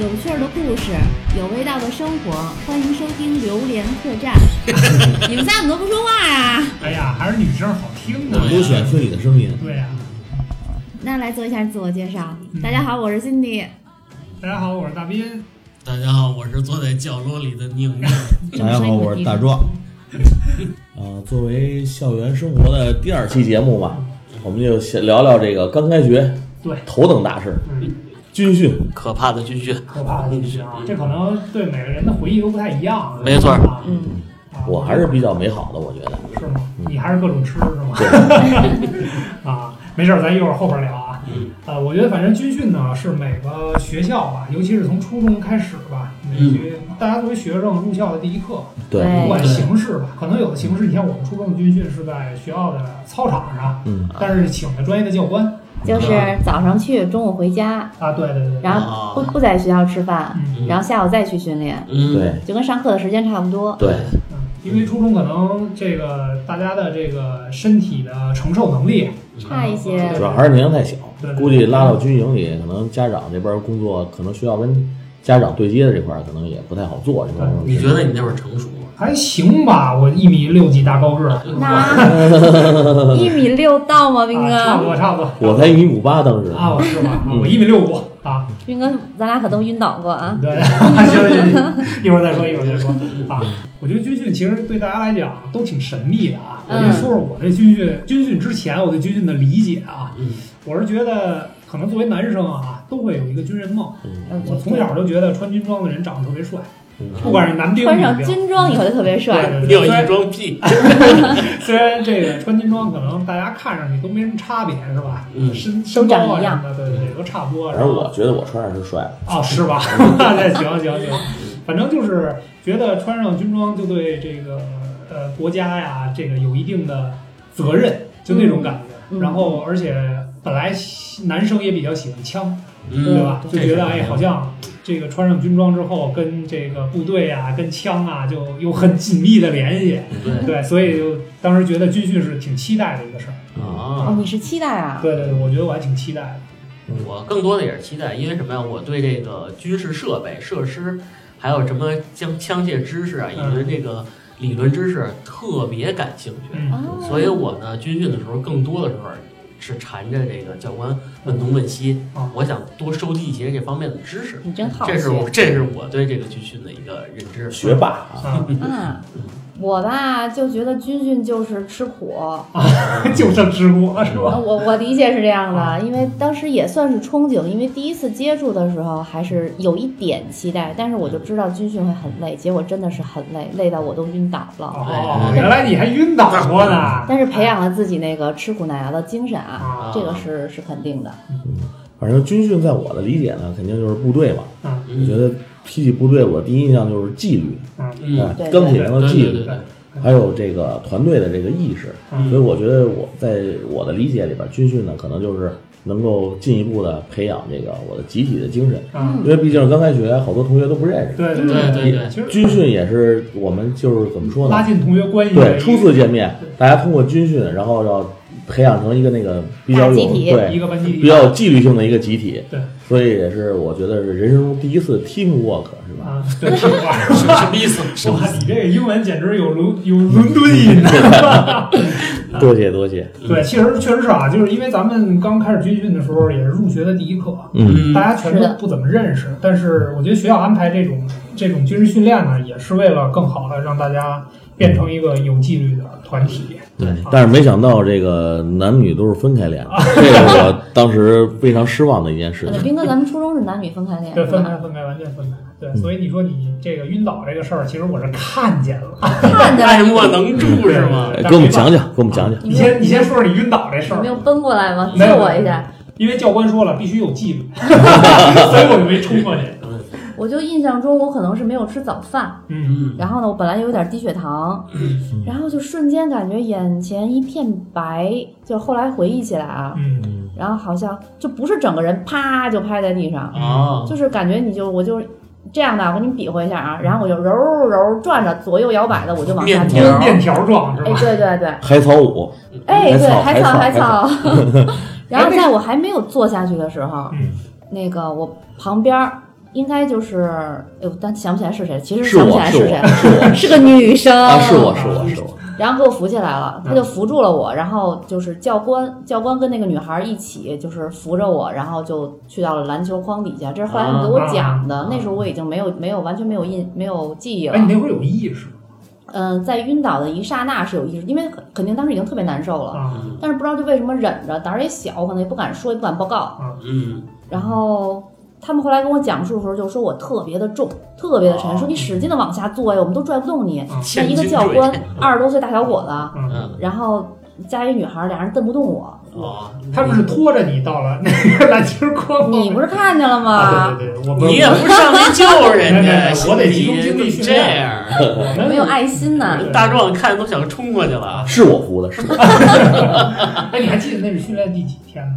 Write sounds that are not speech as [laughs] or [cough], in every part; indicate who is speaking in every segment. Speaker 1: 有趣儿的故事，有味道的生活，欢迎收听《榴莲客
Speaker 2: [laughs]
Speaker 1: 栈》。你们仨怎么都不说话呀、
Speaker 2: 哎呀，还是女声好听
Speaker 3: 我
Speaker 2: 啊！
Speaker 3: 们都喜欢听你的声音。
Speaker 2: 对啊呀、
Speaker 1: 那来做一下自我介绍。
Speaker 2: 嗯
Speaker 1: 大家好，我是辛迪。
Speaker 2: 大家好，我是大斌。
Speaker 4: 大家好，我是坐在角落里的宁宁。
Speaker 1: 这么
Speaker 3: 大家
Speaker 1: 声
Speaker 3: 好，
Speaker 1: 音很
Speaker 3: 我是
Speaker 1: 低
Speaker 3: 大
Speaker 1: 沉
Speaker 3: 壮。啊，作为校园生活的第二期节目吧，我们就先聊聊这个刚开学
Speaker 2: 对，
Speaker 3: 头等大事
Speaker 2: 嗯，
Speaker 3: ——军训。
Speaker 5: [laughs] 可怕的军训。
Speaker 2: 可怕的进去
Speaker 3: 嗯
Speaker 2: 啊！这可能对每个人的回忆都不太一样。
Speaker 5: 没错
Speaker 2: 啊
Speaker 1: 嗯，
Speaker 2: 啊
Speaker 3: 我还是比较嗯美好的，我觉得。
Speaker 2: 是吗？你还是各种吃是吗？ [laughs] 啊，没事儿，咱一会儿后边聊啊。呃，我觉得反正军训呢是每个学校吧，尤其是从初中开始吧，每学、
Speaker 3: 嗯
Speaker 2: 大家作为学生入校的第一课，
Speaker 3: 对，
Speaker 1: 对
Speaker 2: 不管形式吧，可能有的形式，你像我们初中的军训是在学校的操场上，
Speaker 3: 嗯，
Speaker 2: 但是请的专业的教官
Speaker 1: 就是早上去，中午回家，
Speaker 2: 啊，对对对，对
Speaker 1: 然后
Speaker 3: 啊
Speaker 1: 不不在学校吃饭，
Speaker 2: 嗯
Speaker 1: 然后下午再去训练，
Speaker 5: 嗯，
Speaker 3: 对，
Speaker 1: 就跟上课的时间差不多。
Speaker 3: 对，
Speaker 2: 嗯，因为初中可能这个大家的这个身体的承受能力
Speaker 4: 嗯
Speaker 1: 差一些
Speaker 2: 对
Speaker 3: 主要还是年龄太小
Speaker 2: 对，对
Speaker 3: 估计拉到军营里，可能家长这边工作，可能学校跟家长对接的这块儿，可能也不太好做。这块儿
Speaker 4: 你觉得你那会儿成熟吗？
Speaker 2: 还行吧，我一米六几大高个儿，
Speaker 1: 那
Speaker 2: [laughs]
Speaker 1: 一米六到吗，斌
Speaker 2: 啊差不
Speaker 1: 哥？
Speaker 2: 多差不多。
Speaker 3: 我才一米五八，当时
Speaker 2: 啊，我是吧？啊我一米六五啊，
Speaker 1: 斌哥，咱俩可都晕倒过啊！
Speaker 2: 对， [laughs] 行行行，一会儿再说，一会儿再说啊。我觉得军训其实对大家来讲都挺神秘的啊。我
Speaker 1: 嗯
Speaker 2: 就说说我对军训，军训之前我对军训的理解啊，
Speaker 4: 嗯
Speaker 2: 我是觉得可能作为男生啊，都会有一个军人梦。我从小就觉得穿军装的人长得特别帅，不管是男兵
Speaker 1: 穿
Speaker 2: 女
Speaker 1: 上
Speaker 2: 兵，
Speaker 1: 军装以后就特别帅。
Speaker 2: 对对嗯
Speaker 4: 尿
Speaker 2: 对，虽
Speaker 4: 意
Speaker 2: 然
Speaker 4: 装屁。
Speaker 2: 虽然这个穿军装可能大家看上去都没什么差别，是吧？
Speaker 4: 嗯
Speaker 2: 身身高啊什么的，对对对，都差不多。
Speaker 3: 反
Speaker 2: 然后
Speaker 3: 正我觉得我穿上是帅的。
Speaker 2: 哦，是吧？那行行行，反正就是觉得穿上军装就对这个呃国家呀，这个有一定的责任，就那种感觉。
Speaker 1: 嗯嗯
Speaker 2: 然后，而且本来男生也比较喜欢枪，对
Speaker 4: 嗯，
Speaker 2: 吧？就觉得哎，好像这个穿上军装之后，跟这个部队啊，跟枪啊，就有很紧密的联系。
Speaker 4: 嗯对
Speaker 2: 对，所以就当时觉得军训是挺期待的一个事儿。
Speaker 1: 哦
Speaker 4: 啊，，
Speaker 1: 你是期待啊？
Speaker 2: 对对对，我觉得我还挺期待的。
Speaker 4: 我更多的也是期待，因为什么呀？我对这个军事设备、设施，还有什么枪枪械知识啊，以
Speaker 2: 嗯
Speaker 4: 及这个理论知识特别感兴趣。
Speaker 2: 嗯，
Speaker 1: 哦
Speaker 4: 所以我呢，军训的时候更多的时候是缠着这个教官问东问西
Speaker 2: 啊，
Speaker 4: 我想多收集一些这方面的知识。
Speaker 1: 你真好
Speaker 4: 这
Speaker 1: 学
Speaker 4: 是我这是我对这个军训的一个认知。嗯
Speaker 3: 学霸啊，
Speaker 4: 哦
Speaker 2: 啊，
Speaker 1: 啊！我吧就觉得军训就是吃苦，
Speaker 2: 啊就剩直播是吧？嗯
Speaker 1: 我我理解是这样的，因为当时也算是憧憬，因为第一次接触的时候还是有一点期待，但是我就
Speaker 2: 嗯
Speaker 1: 知道军训会很累，结果真的是很累，累到我都晕倒了。
Speaker 2: 哦，原来你还晕倒过呢。
Speaker 1: [laughs] 但是啊培养了自己那个吃苦耐劳的精神啊，
Speaker 2: 啊，
Speaker 1: 这个是是肯定的。
Speaker 3: 反正军训在我的理解呢，肯定就是部队嘛。
Speaker 2: 嗯
Speaker 3: 我觉得提起部队，我第一印象就是纪律，
Speaker 2: 嗯
Speaker 4: 嗯，
Speaker 3: 啊
Speaker 1: 对对
Speaker 3: 钢铁人的
Speaker 4: 对
Speaker 3: 纪
Speaker 4: 对对
Speaker 3: 律，
Speaker 4: 对，
Speaker 3: 还有这个团队的这个意识。
Speaker 2: 嗯
Speaker 3: 所以我觉得我在我的理解里边，军训呢，可能就是能够进一步的培养这个我的集体的精神，
Speaker 2: 嗯，
Speaker 3: 因为毕竟刚开学，好多同学都不认识。
Speaker 2: 对对
Speaker 4: 对对
Speaker 2: 其实
Speaker 3: 军训也是我们就是怎么说
Speaker 2: 拉
Speaker 3: 呢？
Speaker 2: 近同学关系的
Speaker 3: 对，
Speaker 2: 一个，
Speaker 3: 初次见面，大家通过军训，然后要培养成一个那个比较
Speaker 1: 大集
Speaker 3: 有
Speaker 1: 体
Speaker 3: 对
Speaker 2: 一个班级
Speaker 3: 比较有纪律性的一个集体，
Speaker 2: 对，
Speaker 3: 所以也是我觉得是人生中第一次 team work 是吧？
Speaker 2: 啊，对，是吧？ [laughs]
Speaker 4: 什什么意思？什么
Speaker 2: 哇，你这个英文简直有伦有伦敦音。 [laughs] 啊
Speaker 3: 多谢多谢，
Speaker 2: 对，其实确实是啊，就是因为咱们刚开始军训的时候，也是入学的第一课，
Speaker 3: 嗯，
Speaker 2: 大家全
Speaker 1: 是
Speaker 2: 都
Speaker 1: 的
Speaker 2: 不怎么认识。但是我觉得学校安排这种这种军事训练呢，也是为了更好的让大家变成一个有纪律的团体。
Speaker 3: 对。但是没想到这个男女都是分开练的，这个我当时非常失望的一件事
Speaker 2: [laughs]
Speaker 1: 呃
Speaker 3: 情。
Speaker 1: 斌哥，咱们初中是男女分开练，
Speaker 2: 对，
Speaker 1: 是
Speaker 2: 分
Speaker 1: 吧？
Speaker 2: 开分开，完全分开。对，所以你说你这个晕倒这个事儿，其实我是看见了。
Speaker 1: 啊看见
Speaker 2: 哎
Speaker 4: 爱
Speaker 1: 了，
Speaker 4: 莫能
Speaker 2: 嗯
Speaker 4: 助是吗？
Speaker 3: 哎给我们讲讲，给我们讲讲。
Speaker 2: 你先你先说说你晕倒这事
Speaker 1: 你
Speaker 2: 儿
Speaker 1: 没，有奔过来吗？
Speaker 2: 没
Speaker 1: 救
Speaker 2: 有
Speaker 1: 我一下！
Speaker 2: 因为教官说了必须有
Speaker 1: [laughs]
Speaker 2: 纪律，所以我就没冲过去。
Speaker 1: 我就印象中我可能是没有吃早饭，
Speaker 2: 嗯，
Speaker 4: 嗯，
Speaker 1: 然后呢，我本来有点低血糖，
Speaker 3: 嗯
Speaker 1: 然后就瞬间感觉眼前一片白，就后来回忆起来啊，
Speaker 2: 嗯
Speaker 1: 然后好像就不是整个人啪就拍在地上，
Speaker 2: 嗯
Speaker 4: 啊，
Speaker 1: 就是感觉你就我就是这样的，我给你比划一下啊，然后我就揉揉转着左右摇摆的，我就往下
Speaker 4: 面
Speaker 1: 跳
Speaker 4: 条，儿
Speaker 2: 面条状是
Speaker 1: 哎，
Speaker 2: 吧？
Speaker 1: 对对对，
Speaker 3: 海草舞，
Speaker 2: 哦
Speaker 1: 哎对，
Speaker 3: 海
Speaker 1: 海
Speaker 3: 草
Speaker 1: 草
Speaker 3: 海
Speaker 1: 海
Speaker 3: 草哎
Speaker 1: 草， [laughs] 然后在我还没有坐下去的时候，
Speaker 2: 嗯
Speaker 1: 那个我旁边儿应该就是，哎呦，但想不起来是谁，其实
Speaker 3: 是
Speaker 1: 想不起
Speaker 3: 我
Speaker 1: 来
Speaker 3: 是
Speaker 1: 谁
Speaker 3: 我
Speaker 1: 了，
Speaker 3: 是我
Speaker 1: 是个女生，
Speaker 3: 啊是我是我是我，
Speaker 1: 然后给我扶起来
Speaker 4: 嗯
Speaker 1: 了，他就扶住了我，然后就是教官，教官跟那个女孩一起就是扶着我，然后就去到了篮球框底下。这是后来他们给我讲的，
Speaker 4: 啊
Speaker 1: 那时候我已经没有没有完全没有印没有记忆了
Speaker 2: 哎，。你那会儿有意识吗
Speaker 1: 嗯，在晕倒的一刹那是有意识，因为肯定当时已经特别难受
Speaker 4: 嗯
Speaker 1: 了，
Speaker 2: 啊？
Speaker 1: 但是不知道就为什么忍着，胆儿也小，可能也不敢说，也不敢报告。
Speaker 4: 嗯，
Speaker 1: 然后他们后来跟我讲述的时候，就说我特别的重，特别的沉，
Speaker 4: 哦
Speaker 1: 说你使劲的往下坐呀，我们都拽不动你。那
Speaker 4: 千
Speaker 1: 一个
Speaker 4: 斤
Speaker 1: 教
Speaker 4: 坠
Speaker 1: 官，二十多岁大小伙子。啊
Speaker 2: 嗯，
Speaker 1: [laughs]
Speaker 4: 嗯，
Speaker 1: 然后加一女孩儿，俩人蹬不动
Speaker 2: [laughs]
Speaker 1: 我。
Speaker 4: 哦，
Speaker 2: 他们是拖着你到了 [laughs] 那个篮球框后面，
Speaker 1: 你不是看见了
Speaker 2: 啊？
Speaker 1: 吗？
Speaker 2: 对对对，我们
Speaker 4: 你也不上去救人家，
Speaker 2: 没没我得集中精力
Speaker 4: 你
Speaker 2: 训
Speaker 4: 这
Speaker 2: 练 [laughs]
Speaker 4: 样，
Speaker 2: 我们
Speaker 1: 没有爱心呢。
Speaker 2: 对
Speaker 4: 大壮看都想冲过去了。
Speaker 3: 是我扶的，是我
Speaker 2: 哎，你还记得那是训练第几天吗？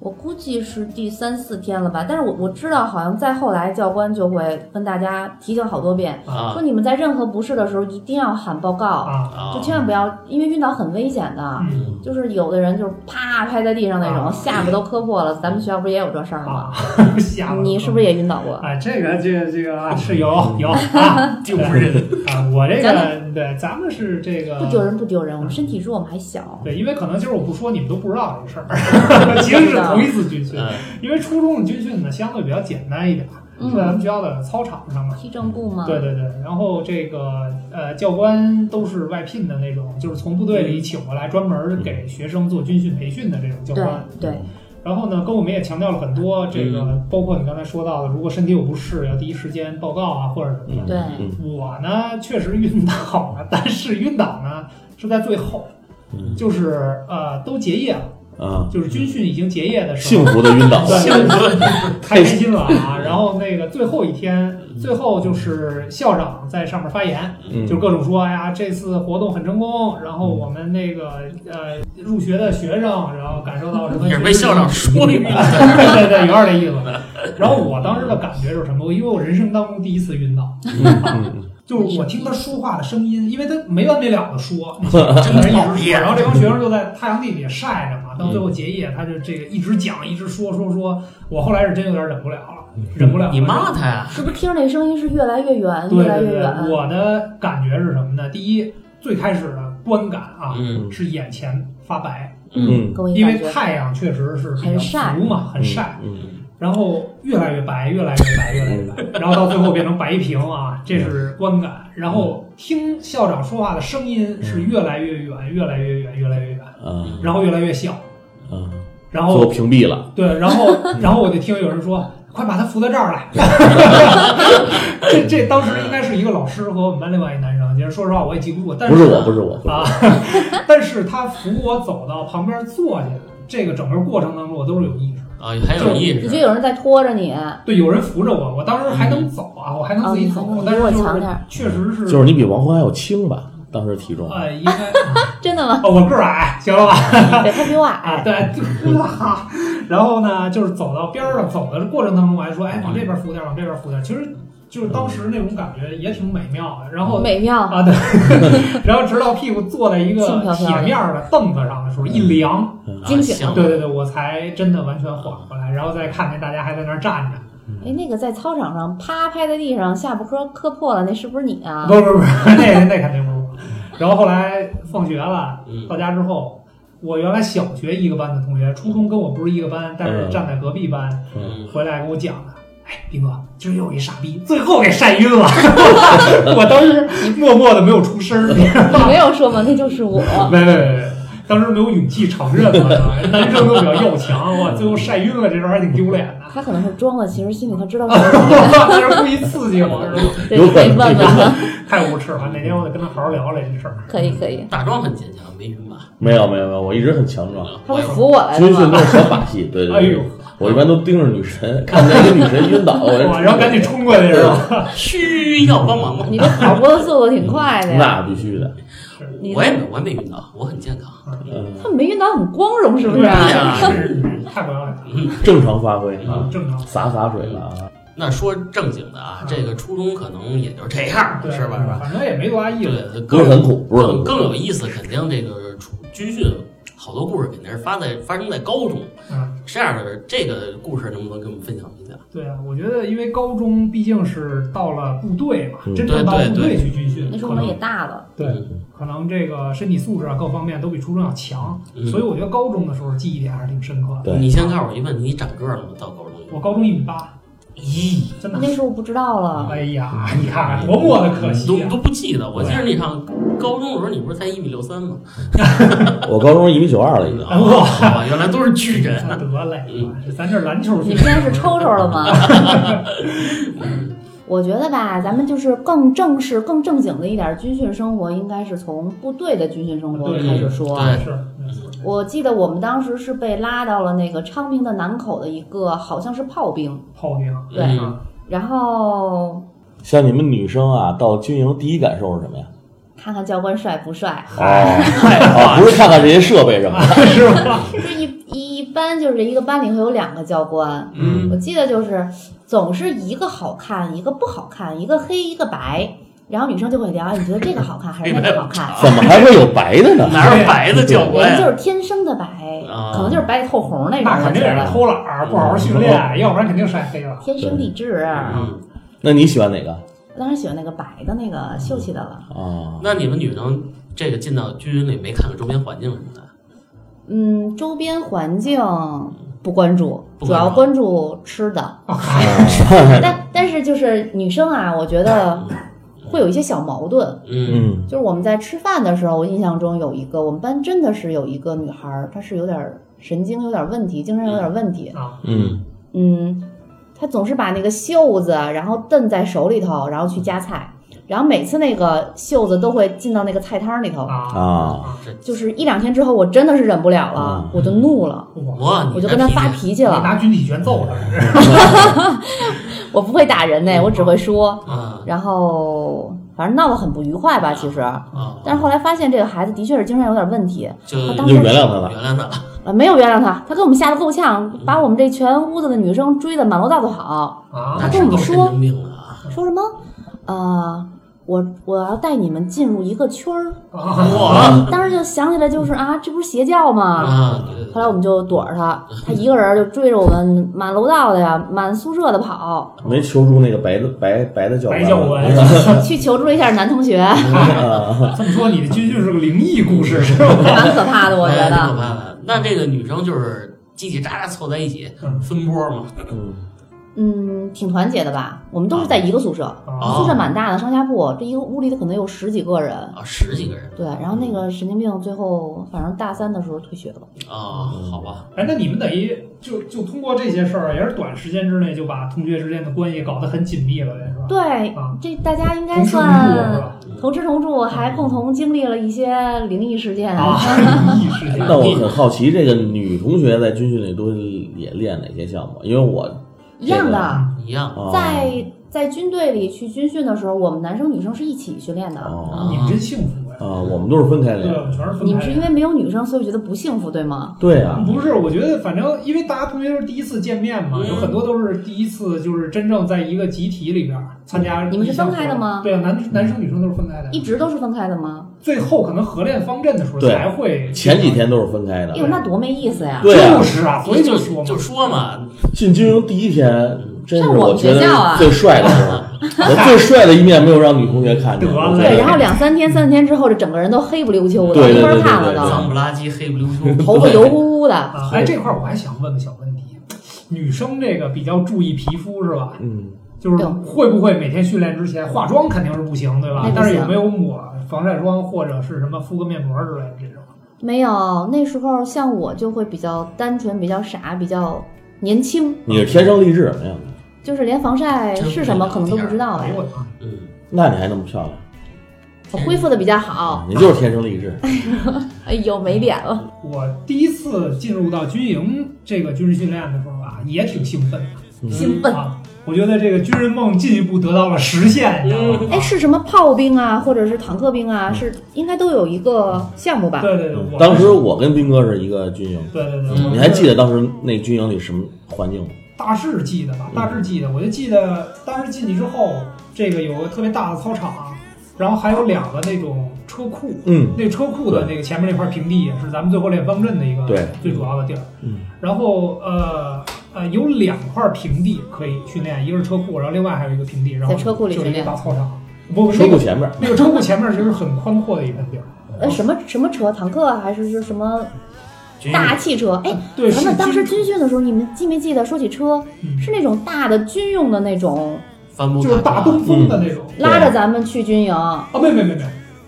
Speaker 1: 我估计是第三四天了吧，但是我我知道，好像再后来教官就会跟大家提醒好多遍，
Speaker 4: 啊
Speaker 1: 说你们在任何不适的时候一定要喊报告，
Speaker 2: 啊，
Speaker 4: 啊
Speaker 1: 就！千万不要，因为晕倒很危险的。
Speaker 2: 嗯
Speaker 1: 就是有的人就是啪拍在地上那
Speaker 2: 啊
Speaker 1: 种，下巴都磕破了。咱们学校不是也有这事儿吗？
Speaker 2: 啊， [laughs] 吓我
Speaker 1: 你是不是也晕倒过？
Speaker 2: 啊，这个这个这个啊，是
Speaker 4: 嗯
Speaker 2: 有 [laughs] 有啊，
Speaker 4: 丢人
Speaker 2: 啊！我这
Speaker 1: 咱
Speaker 2: 个对，咱们是这个
Speaker 1: 不丢人不丢人，我们身体弱，我们还小。
Speaker 2: 对，因为可能就是我不说，你们都不知道这个事儿。
Speaker 1: [laughs]
Speaker 2: [laughs] 其实是头一次军训，
Speaker 4: 嗯
Speaker 2: 因为初中的军训呢相对比较简单一点，
Speaker 1: 嗯
Speaker 2: 是在咱们学校的操场上嘛。
Speaker 1: 踢正步吗？
Speaker 2: 对对对，然后这个呃，教官都是外聘的那种，就是从部队里请过来，专门给学生做军训培训的这种教
Speaker 1: 对
Speaker 2: 官。
Speaker 1: 对，
Speaker 2: 然后呢，跟我们也强调了很多这
Speaker 3: 嗯
Speaker 2: 个，包括你刚才说到的，如果身体有不适，要第一时间报告啊，或者什么的。
Speaker 1: 对
Speaker 3: 嗯
Speaker 2: 我呢，确实晕倒了，但是晕倒呢是在最后，
Speaker 3: 嗯
Speaker 2: 就是呃，都结业了，
Speaker 3: 啊，
Speaker 2: 就是军训已经结业的时候
Speaker 3: 幸，福的晕
Speaker 2: [laughs]
Speaker 3: 倒了，
Speaker 2: 幸
Speaker 1: 嗯
Speaker 2: 福，太开心了啊！然后那个最后一天，最后就是校长在上面发言，
Speaker 3: 嗯
Speaker 2: 就各种说，哎呀，这次活动很成功，然后我们那个呃入学的学生，然后感受到什么
Speaker 4: 也是被校长说晕了。
Speaker 2: 对对对，有点这意思。然后我当时的感觉是什么？因为我人生当中第一次晕倒，
Speaker 3: 嗯
Speaker 2: 就是我听他说话的声音，因为他没完没了的说，真的一直说。然后这帮学生就在太阳地里晒着嘛，到最后结业，他就这个一直讲，一直说说说。我后来是真有点忍不了了，忍不了了。
Speaker 4: [laughs] 你骂他呀？
Speaker 1: 是不是听着那声音是越来越远，
Speaker 2: 对
Speaker 1: 啊越来
Speaker 2: 对
Speaker 1: 越
Speaker 2: 对
Speaker 1: 远？，
Speaker 2: 我的感觉是什么呢？第一，最开始的观感啊，
Speaker 4: 嗯
Speaker 2: 是眼前发白，
Speaker 4: 嗯
Speaker 1: 跟我一
Speaker 2: 因为
Speaker 1: 感觉
Speaker 2: 太阳确实是比较
Speaker 1: 很晒
Speaker 2: 毒嘛，很晒。
Speaker 3: 嗯
Speaker 2: 然后越来越白，越来越白，越来越白，然后到最后变成白一屏啊，这是观感。然后听校长说话的声音是越来越远，越来越远，越来越远，
Speaker 3: 啊
Speaker 2: 然后越来越小，
Speaker 3: 啊，
Speaker 2: 然
Speaker 3: 最后
Speaker 2: 后
Speaker 3: 屏蔽了，
Speaker 2: 对，然
Speaker 3: [laughs]
Speaker 2: 后然后我就听有人说。快把他扶到这儿来！这这当时应该是一个老师和我们班另外一男生，其实说实话我也记不住，但
Speaker 3: 不是我，
Speaker 2: 呢
Speaker 3: 不是我，不是
Speaker 2: 啊， [laughs] 但是他扶我走到旁边坐下，这个整个过程当中我都是有意识的。
Speaker 4: 啊，还有意
Speaker 1: 你觉得
Speaker 4: 识。
Speaker 1: 有人在拖着你，
Speaker 2: 对，有人扶着我，我当时还能走啊，我还能自己走，
Speaker 1: 哦你还
Speaker 2: 但
Speaker 1: 能离
Speaker 2: 是就
Speaker 1: 我强
Speaker 2: 是
Speaker 1: 点儿
Speaker 2: 确实是，
Speaker 3: 我就是你比王欢还要轻吧？当时体重
Speaker 2: 呃，应该、
Speaker 1: 真
Speaker 2: [laughs]
Speaker 1: 的吗？
Speaker 2: 哦、我个儿矮，行了吧？
Speaker 1: 对，他比我哎
Speaker 2: 啊，
Speaker 1: 矮。
Speaker 2: 对，
Speaker 1: [laughs]
Speaker 2: 就哇，然后呢，就是走到边儿上，走的过程当中，我还说，哎，往这边扶点儿，往这边扶点儿，其实就是当时那种感觉也挺美妙的。然后
Speaker 1: 美妙，
Speaker 2: 啊，对， [laughs] 然后直到屁股坐在一
Speaker 1: 轻飘飘
Speaker 2: 个
Speaker 1: 的
Speaker 2: 铁面儿的凳子上的时候，一凉，
Speaker 4: 啊
Speaker 1: 惊醒
Speaker 4: 行，
Speaker 2: 对对对，我才真的完全缓过来，然后再看见大家还在那儿站着。
Speaker 1: 哎，那个在操场上啪拍在地上，下巴磕磕破了，那是不是你啊
Speaker 2: 不？不不，那那肯定不是我。然后后来放学了
Speaker 4: 嗯，
Speaker 2: 到家之后，我原来小学一个班的同学，初中跟我不是一个班，但
Speaker 1: 嗯
Speaker 2: 是站在隔壁班，
Speaker 4: 嗯
Speaker 2: 回来跟我讲的。哎，斌哥，今儿又一傻逼，最后给晒晕
Speaker 4: [laughs]
Speaker 2: 了。我当时默默的没有出声儿，你知道
Speaker 1: 你
Speaker 2: 吗
Speaker 1: 没有说吗？那就是我。
Speaker 2: 没没没没，当时没有勇气承认嘛，男生都比较要强，哇，最后晒晕了，这事儿还挺丢脸
Speaker 4: [laughs]
Speaker 2: 的。
Speaker 1: 他可能是装了，其实心里他知道是我。
Speaker 2: 但是故意刺激我，是吧？
Speaker 1: 对，
Speaker 3: 有
Speaker 1: 你
Speaker 3: 可
Speaker 1: 可以
Speaker 3: 能
Speaker 1: 问问他。
Speaker 2: 太无耻了，哪天我得跟他好好聊聊这事儿。
Speaker 1: [laughs] 可以可以，
Speaker 4: 嗯打桩很坚强，没晕吧？
Speaker 3: 没有没有没有，我一直很强壮。
Speaker 1: 他会扶我来的
Speaker 3: 军训
Speaker 1: 吗
Speaker 3: 都？哎是小把戏，对对对。
Speaker 2: 哎呦哎
Speaker 3: 我一般都盯着女神，看见一个女神晕
Speaker 2: [laughs]
Speaker 3: 倒，我
Speaker 2: 哇，然后赶紧冲过去是吧？
Speaker 4: 嘘，要帮忙吗？
Speaker 1: 你这跑步的速度挺快的哎呀。
Speaker 3: 那必须的，
Speaker 1: 你
Speaker 4: 我也没，我也没晕倒，我很健康。
Speaker 3: 嗯，
Speaker 1: 他没晕倒很光荣，是不是啊？
Speaker 4: 对呀
Speaker 2: 是太不要脸
Speaker 3: 正常发挥
Speaker 2: 了，
Speaker 3: 啊，
Speaker 2: 正常。
Speaker 3: 洒洒水了啊，
Speaker 4: 嗯那说正经的
Speaker 1: 嗯
Speaker 4: 啊，这个初中可能也就这样，
Speaker 2: 对，
Speaker 4: 啊是吧？是吧？
Speaker 2: 反正也没多大
Speaker 1: 嗯
Speaker 2: 意思。
Speaker 4: 对，
Speaker 3: 不是很苦，不是很
Speaker 4: 更
Speaker 3: 苦，
Speaker 4: 更有意思，肯定这个初军训好多故事肯定是发在发生在高中，
Speaker 2: 嗯，
Speaker 4: 这样的这个故事能不能给我们分享一下？
Speaker 2: 对啊，我觉得因为高中毕竟是到了部队嘛，
Speaker 3: 嗯
Speaker 2: 真正到
Speaker 4: 对对
Speaker 2: 部队去军训，
Speaker 1: 那时候
Speaker 2: 可
Speaker 1: 我们
Speaker 2: 能
Speaker 1: 也大了，
Speaker 2: 对，
Speaker 4: 嗯
Speaker 2: 可能这个身体素质啊各方面都比初中要强，
Speaker 4: 嗯
Speaker 2: 所以我觉得高中的时候记忆点还是挺深刻的。
Speaker 3: 对
Speaker 4: 你先告诉我一问题，你长个儿了吗？到高中以后
Speaker 2: 我高中一米八，咦，真的
Speaker 1: 那，时候我不知道了。
Speaker 2: 哎呀，你看多么的可惜
Speaker 4: 嗯都
Speaker 2: 啊！
Speaker 4: 都不记得。我记得你上高中的时候，你不是才一米六三吗？
Speaker 3: 我高中一米九二了已经。
Speaker 2: [laughs] 哇
Speaker 4: 好吧，原来都是巨人。嗯
Speaker 2: 啊得嘞，咱这篮球
Speaker 1: [laughs] 你现在是抽
Speaker 2: [laughs]
Speaker 1: 抽了吗？我觉得吧，咱们就是更正式、更正经的一点军训生活，应该是从部队的军训生活
Speaker 2: 对
Speaker 1: 开始说。
Speaker 4: 对
Speaker 2: 啊是嗯没错
Speaker 1: 我记得我们当时是被拉到了那个昌平的南口的一个，好像是炮兵，
Speaker 2: 炮兵，
Speaker 1: 对
Speaker 4: 嗯
Speaker 1: 然后
Speaker 3: 像你们女生啊，到军营第一感受是什么呀？
Speaker 1: 看看教官帅不帅，
Speaker 3: 哦，哦不是看看这些设备什么的，
Speaker 2: [laughs] 是吧？
Speaker 1: 就是一一一般就是一个班里会有两个教官，
Speaker 4: 嗯
Speaker 1: 我记得就是总是一个好看，一个不好看，一个黑一个白，然后女生就会聊，哎你觉得这个好看还是那个好看？
Speaker 3: 怎么还会啊有白的呢？
Speaker 4: 哪有白的教
Speaker 1: 我们
Speaker 4: 官
Speaker 1: 就
Speaker 4: 呀？
Speaker 1: 是天生的白，
Speaker 4: 啊
Speaker 1: 可能就是白里透红那种，
Speaker 2: 那
Speaker 1: 我
Speaker 2: 肯
Speaker 1: 觉
Speaker 2: 定是
Speaker 1: 得
Speaker 2: 偷懒儿，不好好训练，要不然肯定晒黑了。
Speaker 1: 天生丽质。
Speaker 4: 嗯，
Speaker 3: 那你喜欢哪个
Speaker 1: 我当时喜欢那个白的那个秀气的了，
Speaker 3: 啊？
Speaker 4: 那你们女生这个进到军营里没看看周边环境什么的？
Speaker 1: 嗯，周边环境不关注，
Speaker 4: 不关注
Speaker 1: 主要关注吃
Speaker 4: [laughs]
Speaker 1: 的。
Speaker 4: 嗯
Speaker 1: 但但是就是女生啊，我觉得会有一些小矛盾，
Speaker 4: 嗯
Speaker 3: 嗯，
Speaker 1: 就是我们在吃饭的时候，我印象中有一个我们班真的是有一个女孩儿，她是有点儿神经有点儿问题，精神有点儿问题。
Speaker 2: [laughs] 啊，
Speaker 3: 嗯，
Speaker 1: 嗯，她总是把那个袖子然后蹬在手里头，然后去夹菜，然后每次那个袖子都会进到那个菜摊儿里
Speaker 4: 嗯
Speaker 1: 头。
Speaker 3: 啊
Speaker 2: 啊！
Speaker 1: 就是一两天之后，我真的是忍不了了，我就怒了，
Speaker 2: 我
Speaker 4: 我
Speaker 1: 我就跟她发脾气了。
Speaker 2: 拿军体拳揍他，这是
Speaker 1: 我不会打人呢，我只会说。
Speaker 4: 啊
Speaker 1: 然后反正闹得很不愉快吧，其实。
Speaker 4: 啊，
Speaker 1: 但是后来发现这个孩子的确是精神有点问题，
Speaker 4: 就
Speaker 1: 她
Speaker 4: 原
Speaker 1: 当
Speaker 3: 就
Speaker 1: 时
Speaker 3: 原谅他了。
Speaker 4: 谅他了。
Speaker 1: 啊，没有原谅他，他给我们吓得够呛，把我们这全屋子的女生追得满楼道都跑，
Speaker 2: 啊
Speaker 4: 那是够神经病了啊！
Speaker 1: 说什么，呃，我我要带你们进入一个圈儿，
Speaker 2: 啊！
Speaker 4: 我
Speaker 1: 当时就想起来就是啊，这不是邪教吗？
Speaker 4: 啊，对对
Speaker 1: 后来我们就躲着他，他一个人就追着我们满楼道的呀，满宿舍的
Speaker 3: [laughs]
Speaker 1: 跑，
Speaker 3: 没求助那个白的白白的教官，
Speaker 2: 白教
Speaker 3: [laughs]
Speaker 1: [laughs]
Speaker 2: 官
Speaker 1: 去求助了一下男同学，
Speaker 3: 啊，
Speaker 2: 这么说，你的军训是个灵异故事是吧？
Speaker 1: 还蛮可怕的，我觉
Speaker 4: 哎挺可
Speaker 1: 得。
Speaker 4: 怕的。那这个女生就是叽叽喳喳凑在一起
Speaker 2: 嗯
Speaker 4: 分波嘛，
Speaker 3: 嗯
Speaker 1: 嗯，挺团结的吧？我们都是在一个宿舍，
Speaker 2: 啊
Speaker 1: 宿舍蛮大的，上下铺，这一个屋里头可能有十几个人。
Speaker 4: 啊，十几个人
Speaker 1: 对，然后那个神经病最后反正大三的时候退学了。
Speaker 4: 啊，好吧，
Speaker 2: 哎，那你们等于就就通过这些事儿，也是短时间之内就把同学之间的关系搞得很紧密了，是吧？
Speaker 1: 对
Speaker 2: 啊，
Speaker 1: 这大家应该
Speaker 2: 同吃同住是
Speaker 1: 算
Speaker 2: 吧？
Speaker 1: 同吃同住，还共同经历了一些灵异事件。
Speaker 2: 啊，灵异事件
Speaker 3: 那我很好奇，这个女同学在军训里都也练哪些项目？因为我
Speaker 1: 一样的，
Speaker 4: 一样
Speaker 3: 啊
Speaker 1: 在在军队里去军训的时候，我们男生女生是一起训练的。
Speaker 3: 哦
Speaker 2: 你们真幸福呀！
Speaker 3: 啊，我们都是分开
Speaker 2: 对，啊
Speaker 3: 练。
Speaker 2: 我们全是分
Speaker 1: 你
Speaker 2: 开
Speaker 1: 们是因
Speaker 2: 的。嗯
Speaker 1: 为没有女生，所以觉得不幸福，对吗？
Speaker 3: 对啊，
Speaker 2: 不是，我觉得反正因为大家同学都是第一次见面嘛，
Speaker 4: 嗯
Speaker 2: 有很多都是第一次，就是真正在一个集体里边儿参加。
Speaker 1: 你们是分开的吗嗯
Speaker 2: 对啊，男男生女生都是分开的，
Speaker 1: 一直都是分开的吗？
Speaker 2: 最后可能合练方阵的时候
Speaker 3: 对
Speaker 2: 才会。
Speaker 3: 前几天都是分开的
Speaker 1: 哎。呦，那多没意思呀！
Speaker 3: 啊对啊
Speaker 2: 就，是啊，所以
Speaker 4: 就
Speaker 2: 说嘛，
Speaker 4: 就说嘛，
Speaker 3: 进军营第一天，真是
Speaker 1: 上我
Speaker 3: 我
Speaker 1: 们
Speaker 3: 觉
Speaker 1: 学
Speaker 3: 得
Speaker 1: 校啊
Speaker 3: 最帅的时候，我最帅的一面没有让女同学看见。
Speaker 2: 得
Speaker 3: 我
Speaker 2: 嘞
Speaker 3: 觉得
Speaker 1: 对，然后两三天、三四天之后，这整个人都黑不溜秋的，
Speaker 3: 对
Speaker 1: 没
Speaker 3: 对
Speaker 1: 法
Speaker 3: 对对
Speaker 1: 看
Speaker 3: 对
Speaker 1: 了
Speaker 4: 脏不拉几，黑不溜
Speaker 1: 都，[laughs]
Speaker 4: 秋，
Speaker 1: 头发油乎乎的。
Speaker 2: 啊，哎，这块儿我还想问个小问题，女生这个比较注意皮肤是吧？
Speaker 3: 嗯，
Speaker 2: 就是
Speaker 1: 对
Speaker 2: 会不会每天训练之前化妆肯定是不行，对吧
Speaker 1: 那？不
Speaker 2: 但是
Speaker 1: 行
Speaker 2: 有没有抹防晒霜或者是什么敷个面膜之类的这种？
Speaker 1: 没有，那时候像我就会比较单纯、比较傻、比较年轻。
Speaker 3: 你是天生丽质没有？
Speaker 1: 就是连防晒是什么
Speaker 3: 啊
Speaker 1: 可能都不知道
Speaker 2: 哎
Speaker 1: 呗
Speaker 2: 呦。我的妈！
Speaker 4: 嗯，
Speaker 3: 那你还那么漂亮，
Speaker 1: 我恢复的比较好，
Speaker 3: 你就是天生丽质。
Speaker 1: 哎呦没脸了。
Speaker 2: 我第一次进入到军营这个军事训练的时候啊，也挺兴奋的
Speaker 4: 嗯
Speaker 1: 兴奋
Speaker 2: 啊！我觉得这个军人梦进一步得到了实现，你知道吗？
Speaker 1: 哎，是什么炮兵啊，或者是坦克兵啊，是应该都有一个项目吧？
Speaker 2: 对对对，我
Speaker 3: 嗯当时我跟斌哥是一个军营，
Speaker 2: 对对对，
Speaker 4: 嗯
Speaker 2: 我
Speaker 3: 你还记得当时那军营里什么环境吗？
Speaker 2: 大致
Speaker 3: 嗯
Speaker 2: 记得吧，大致记得，我就记得当时进去之后，这个有个特别大的操场，然后还有两个那种车库，
Speaker 3: 嗯，
Speaker 2: 那车库的那个前面那块平地也是咱们最后练方阵的一个
Speaker 3: 对
Speaker 2: 最主要的地儿。
Speaker 3: 嗯，
Speaker 2: 然后呃呃有两块平地可以训练，一个是车库，然后另外还有一个平地，然后
Speaker 1: 在车库里
Speaker 2: 就是
Speaker 1: 训
Speaker 2: 一个
Speaker 1: 练
Speaker 2: 大操场。不，不
Speaker 3: 车
Speaker 2: 那
Speaker 3: 库
Speaker 2: 个
Speaker 3: 前面
Speaker 2: 那个车库前面其实很宽阔的一片地儿。
Speaker 1: 呃，什么什么车，坦克啊还是是什么
Speaker 4: 军
Speaker 1: 大汽车？哎，
Speaker 2: 啊对，
Speaker 1: 咱们
Speaker 2: 是
Speaker 1: 当时军训的时候，你们记没记得？说起车，
Speaker 2: 嗯
Speaker 1: 是那种大的军用的那种，
Speaker 4: 帆布
Speaker 2: 就是大
Speaker 4: 东
Speaker 2: 东风的那种。
Speaker 1: 拉着咱们去军营。
Speaker 2: 啊，没没没没，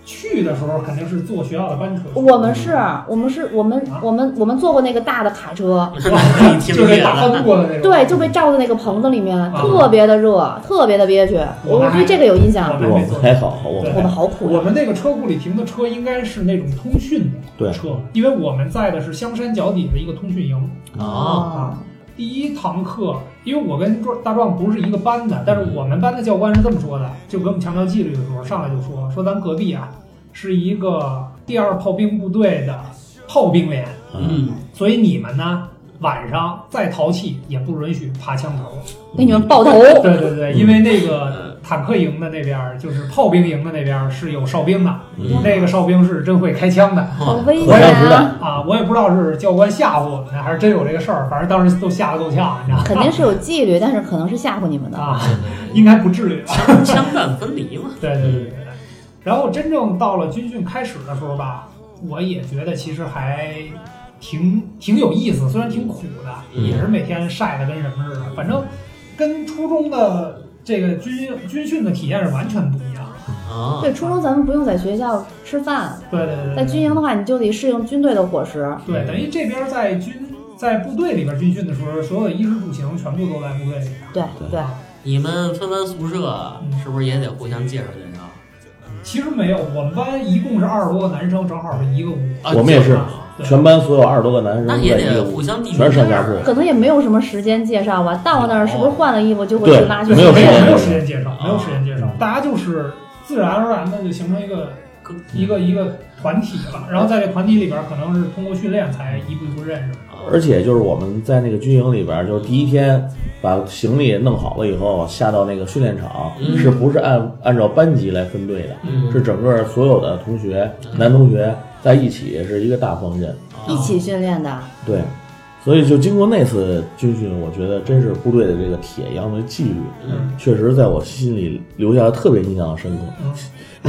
Speaker 2: 去的时候肯定是坐学校的班车。
Speaker 1: 我们是，我们是，我们
Speaker 2: 啊
Speaker 1: 我们我们坐过那个大的卡车，
Speaker 4: 啊 [laughs] 你
Speaker 2: [laughs]
Speaker 4: 听
Speaker 2: 就是
Speaker 4: 见
Speaker 2: 那大
Speaker 4: 了？
Speaker 2: 帆布的那种。
Speaker 1: 对，就被罩在那个棚子里面，
Speaker 2: 啊
Speaker 1: 特别的热，特别的憋屈。
Speaker 2: 我
Speaker 1: 我
Speaker 2: 们
Speaker 1: 我对这个有印象，
Speaker 2: 们
Speaker 3: 我们还好，我们
Speaker 1: 我们好苦
Speaker 2: 我
Speaker 1: 呀。
Speaker 2: 们那个车库里停的车应该是那种通讯
Speaker 3: 对
Speaker 2: 的车，因为我们在的是香山脚底的一个通讯营。
Speaker 4: 哦，
Speaker 1: 啊，
Speaker 2: 第一堂课，因为我跟壮大壮不是一个班的，但是我们班的教官是这么说的，就给我们强调纪律的时候，上来就说说咱隔壁啊是一个第二炮兵部队的炮兵连，
Speaker 3: 嗯，
Speaker 4: 嗯，
Speaker 2: 所以你们呢晚上再淘气也不允许爬墙头。
Speaker 1: 给你们爆头，
Speaker 2: 对对对，因为那个坦克营的那边儿就是炮兵营的那边儿是有哨兵的，
Speaker 3: 嗯
Speaker 2: 那个哨兵是真会开枪的
Speaker 1: 好
Speaker 4: 哦
Speaker 1: 危
Speaker 3: 我也知
Speaker 1: 险
Speaker 3: 道
Speaker 1: 啊！
Speaker 2: 啊！我也不知道是教官吓唬我们呢，还是真有这个事儿，反正当时都吓得够呛，你知道吗
Speaker 1: 肯定是有纪律，但是可能是吓唬你们的。
Speaker 2: 啊， [laughs] 应该不至于吧？
Speaker 4: 枪 [laughs] 枪弹分离嘛，
Speaker 2: 对对对对对。然后真正到了军训开始的时候吧，我也觉得其实还挺挺有意思，虽然挺苦的，
Speaker 4: 嗯
Speaker 2: 也是每天晒得跟什么似的，反正跟初中的这个军军训的体验是完全不一样的。
Speaker 4: 啊，
Speaker 1: 对，初中咱们不用在学校吃饭，
Speaker 2: 对对对对，
Speaker 3: 嗯
Speaker 1: 在军营的话，你就得适应军队的伙食。
Speaker 2: 对，等于这边在军在部队里边军训的时候，所有的衣食住行全部都在部队里边。
Speaker 1: 对
Speaker 3: 对
Speaker 1: 对，
Speaker 4: 你们分完宿舍啊是不是也得互相介绍介绍？
Speaker 2: 其实没有，我们班一共是二十多个男生，正好是一个屋。
Speaker 4: 啊
Speaker 3: 我们也是
Speaker 2: 对
Speaker 3: 全班所有二十多个男生
Speaker 4: 那
Speaker 3: 在
Speaker 4: 也
Speaker 3: 一
Speaker 4: 得
Speaker 3: 个
Speaker 4: 互
Speaker 3: 屋，
Speaker 4: 相递啊
Speaker 3: 全是上下铺
Speaker 1: 可能也没有什么时间介绍吧。到那儿是不是换了衣服就会
Speaker 3: 哦对
Speaker 1: 去拉去啊
Speaker 3: 没有
Speaker 2: 没
Speaker 1: 训
Speaker 2: 有
Speaker 1: 练
Speaker 2: 没有
Speaker 3: 时
Speaker 2: 时间
Speaker 3: 间
Speaker 2: 介绍，没啊嗯有时间介绍，大家就是自然而然的就形成一个
Speaker 4: 跟
Speaker 2: 一个一个团体了。然后在这团体里边，可能是通过训练才一步一步认 [laughs] 识。
Speaker 3: 而且就是我们在那个军营里边，就是第一天把行李弄好了以后，下到那个训练场，
Speaker 4: 嗯
Speaker 3: 是不是按按照班级来分队的？
Speaker 4: 嗯
Speaker 3: 是整个所有的同学，男同学在一起是一个大方阵，
Speaker 4: 啊
Speaker 1: 一起训练的。
Speaker 3: 对。所以就经过那次军训，我觉得真是部队的这个铁一样的纪律，
Speaker 2: 嗯
Speaker 3: 确实在我心里留下了特别印象深刻。
Speaker 2: 嗯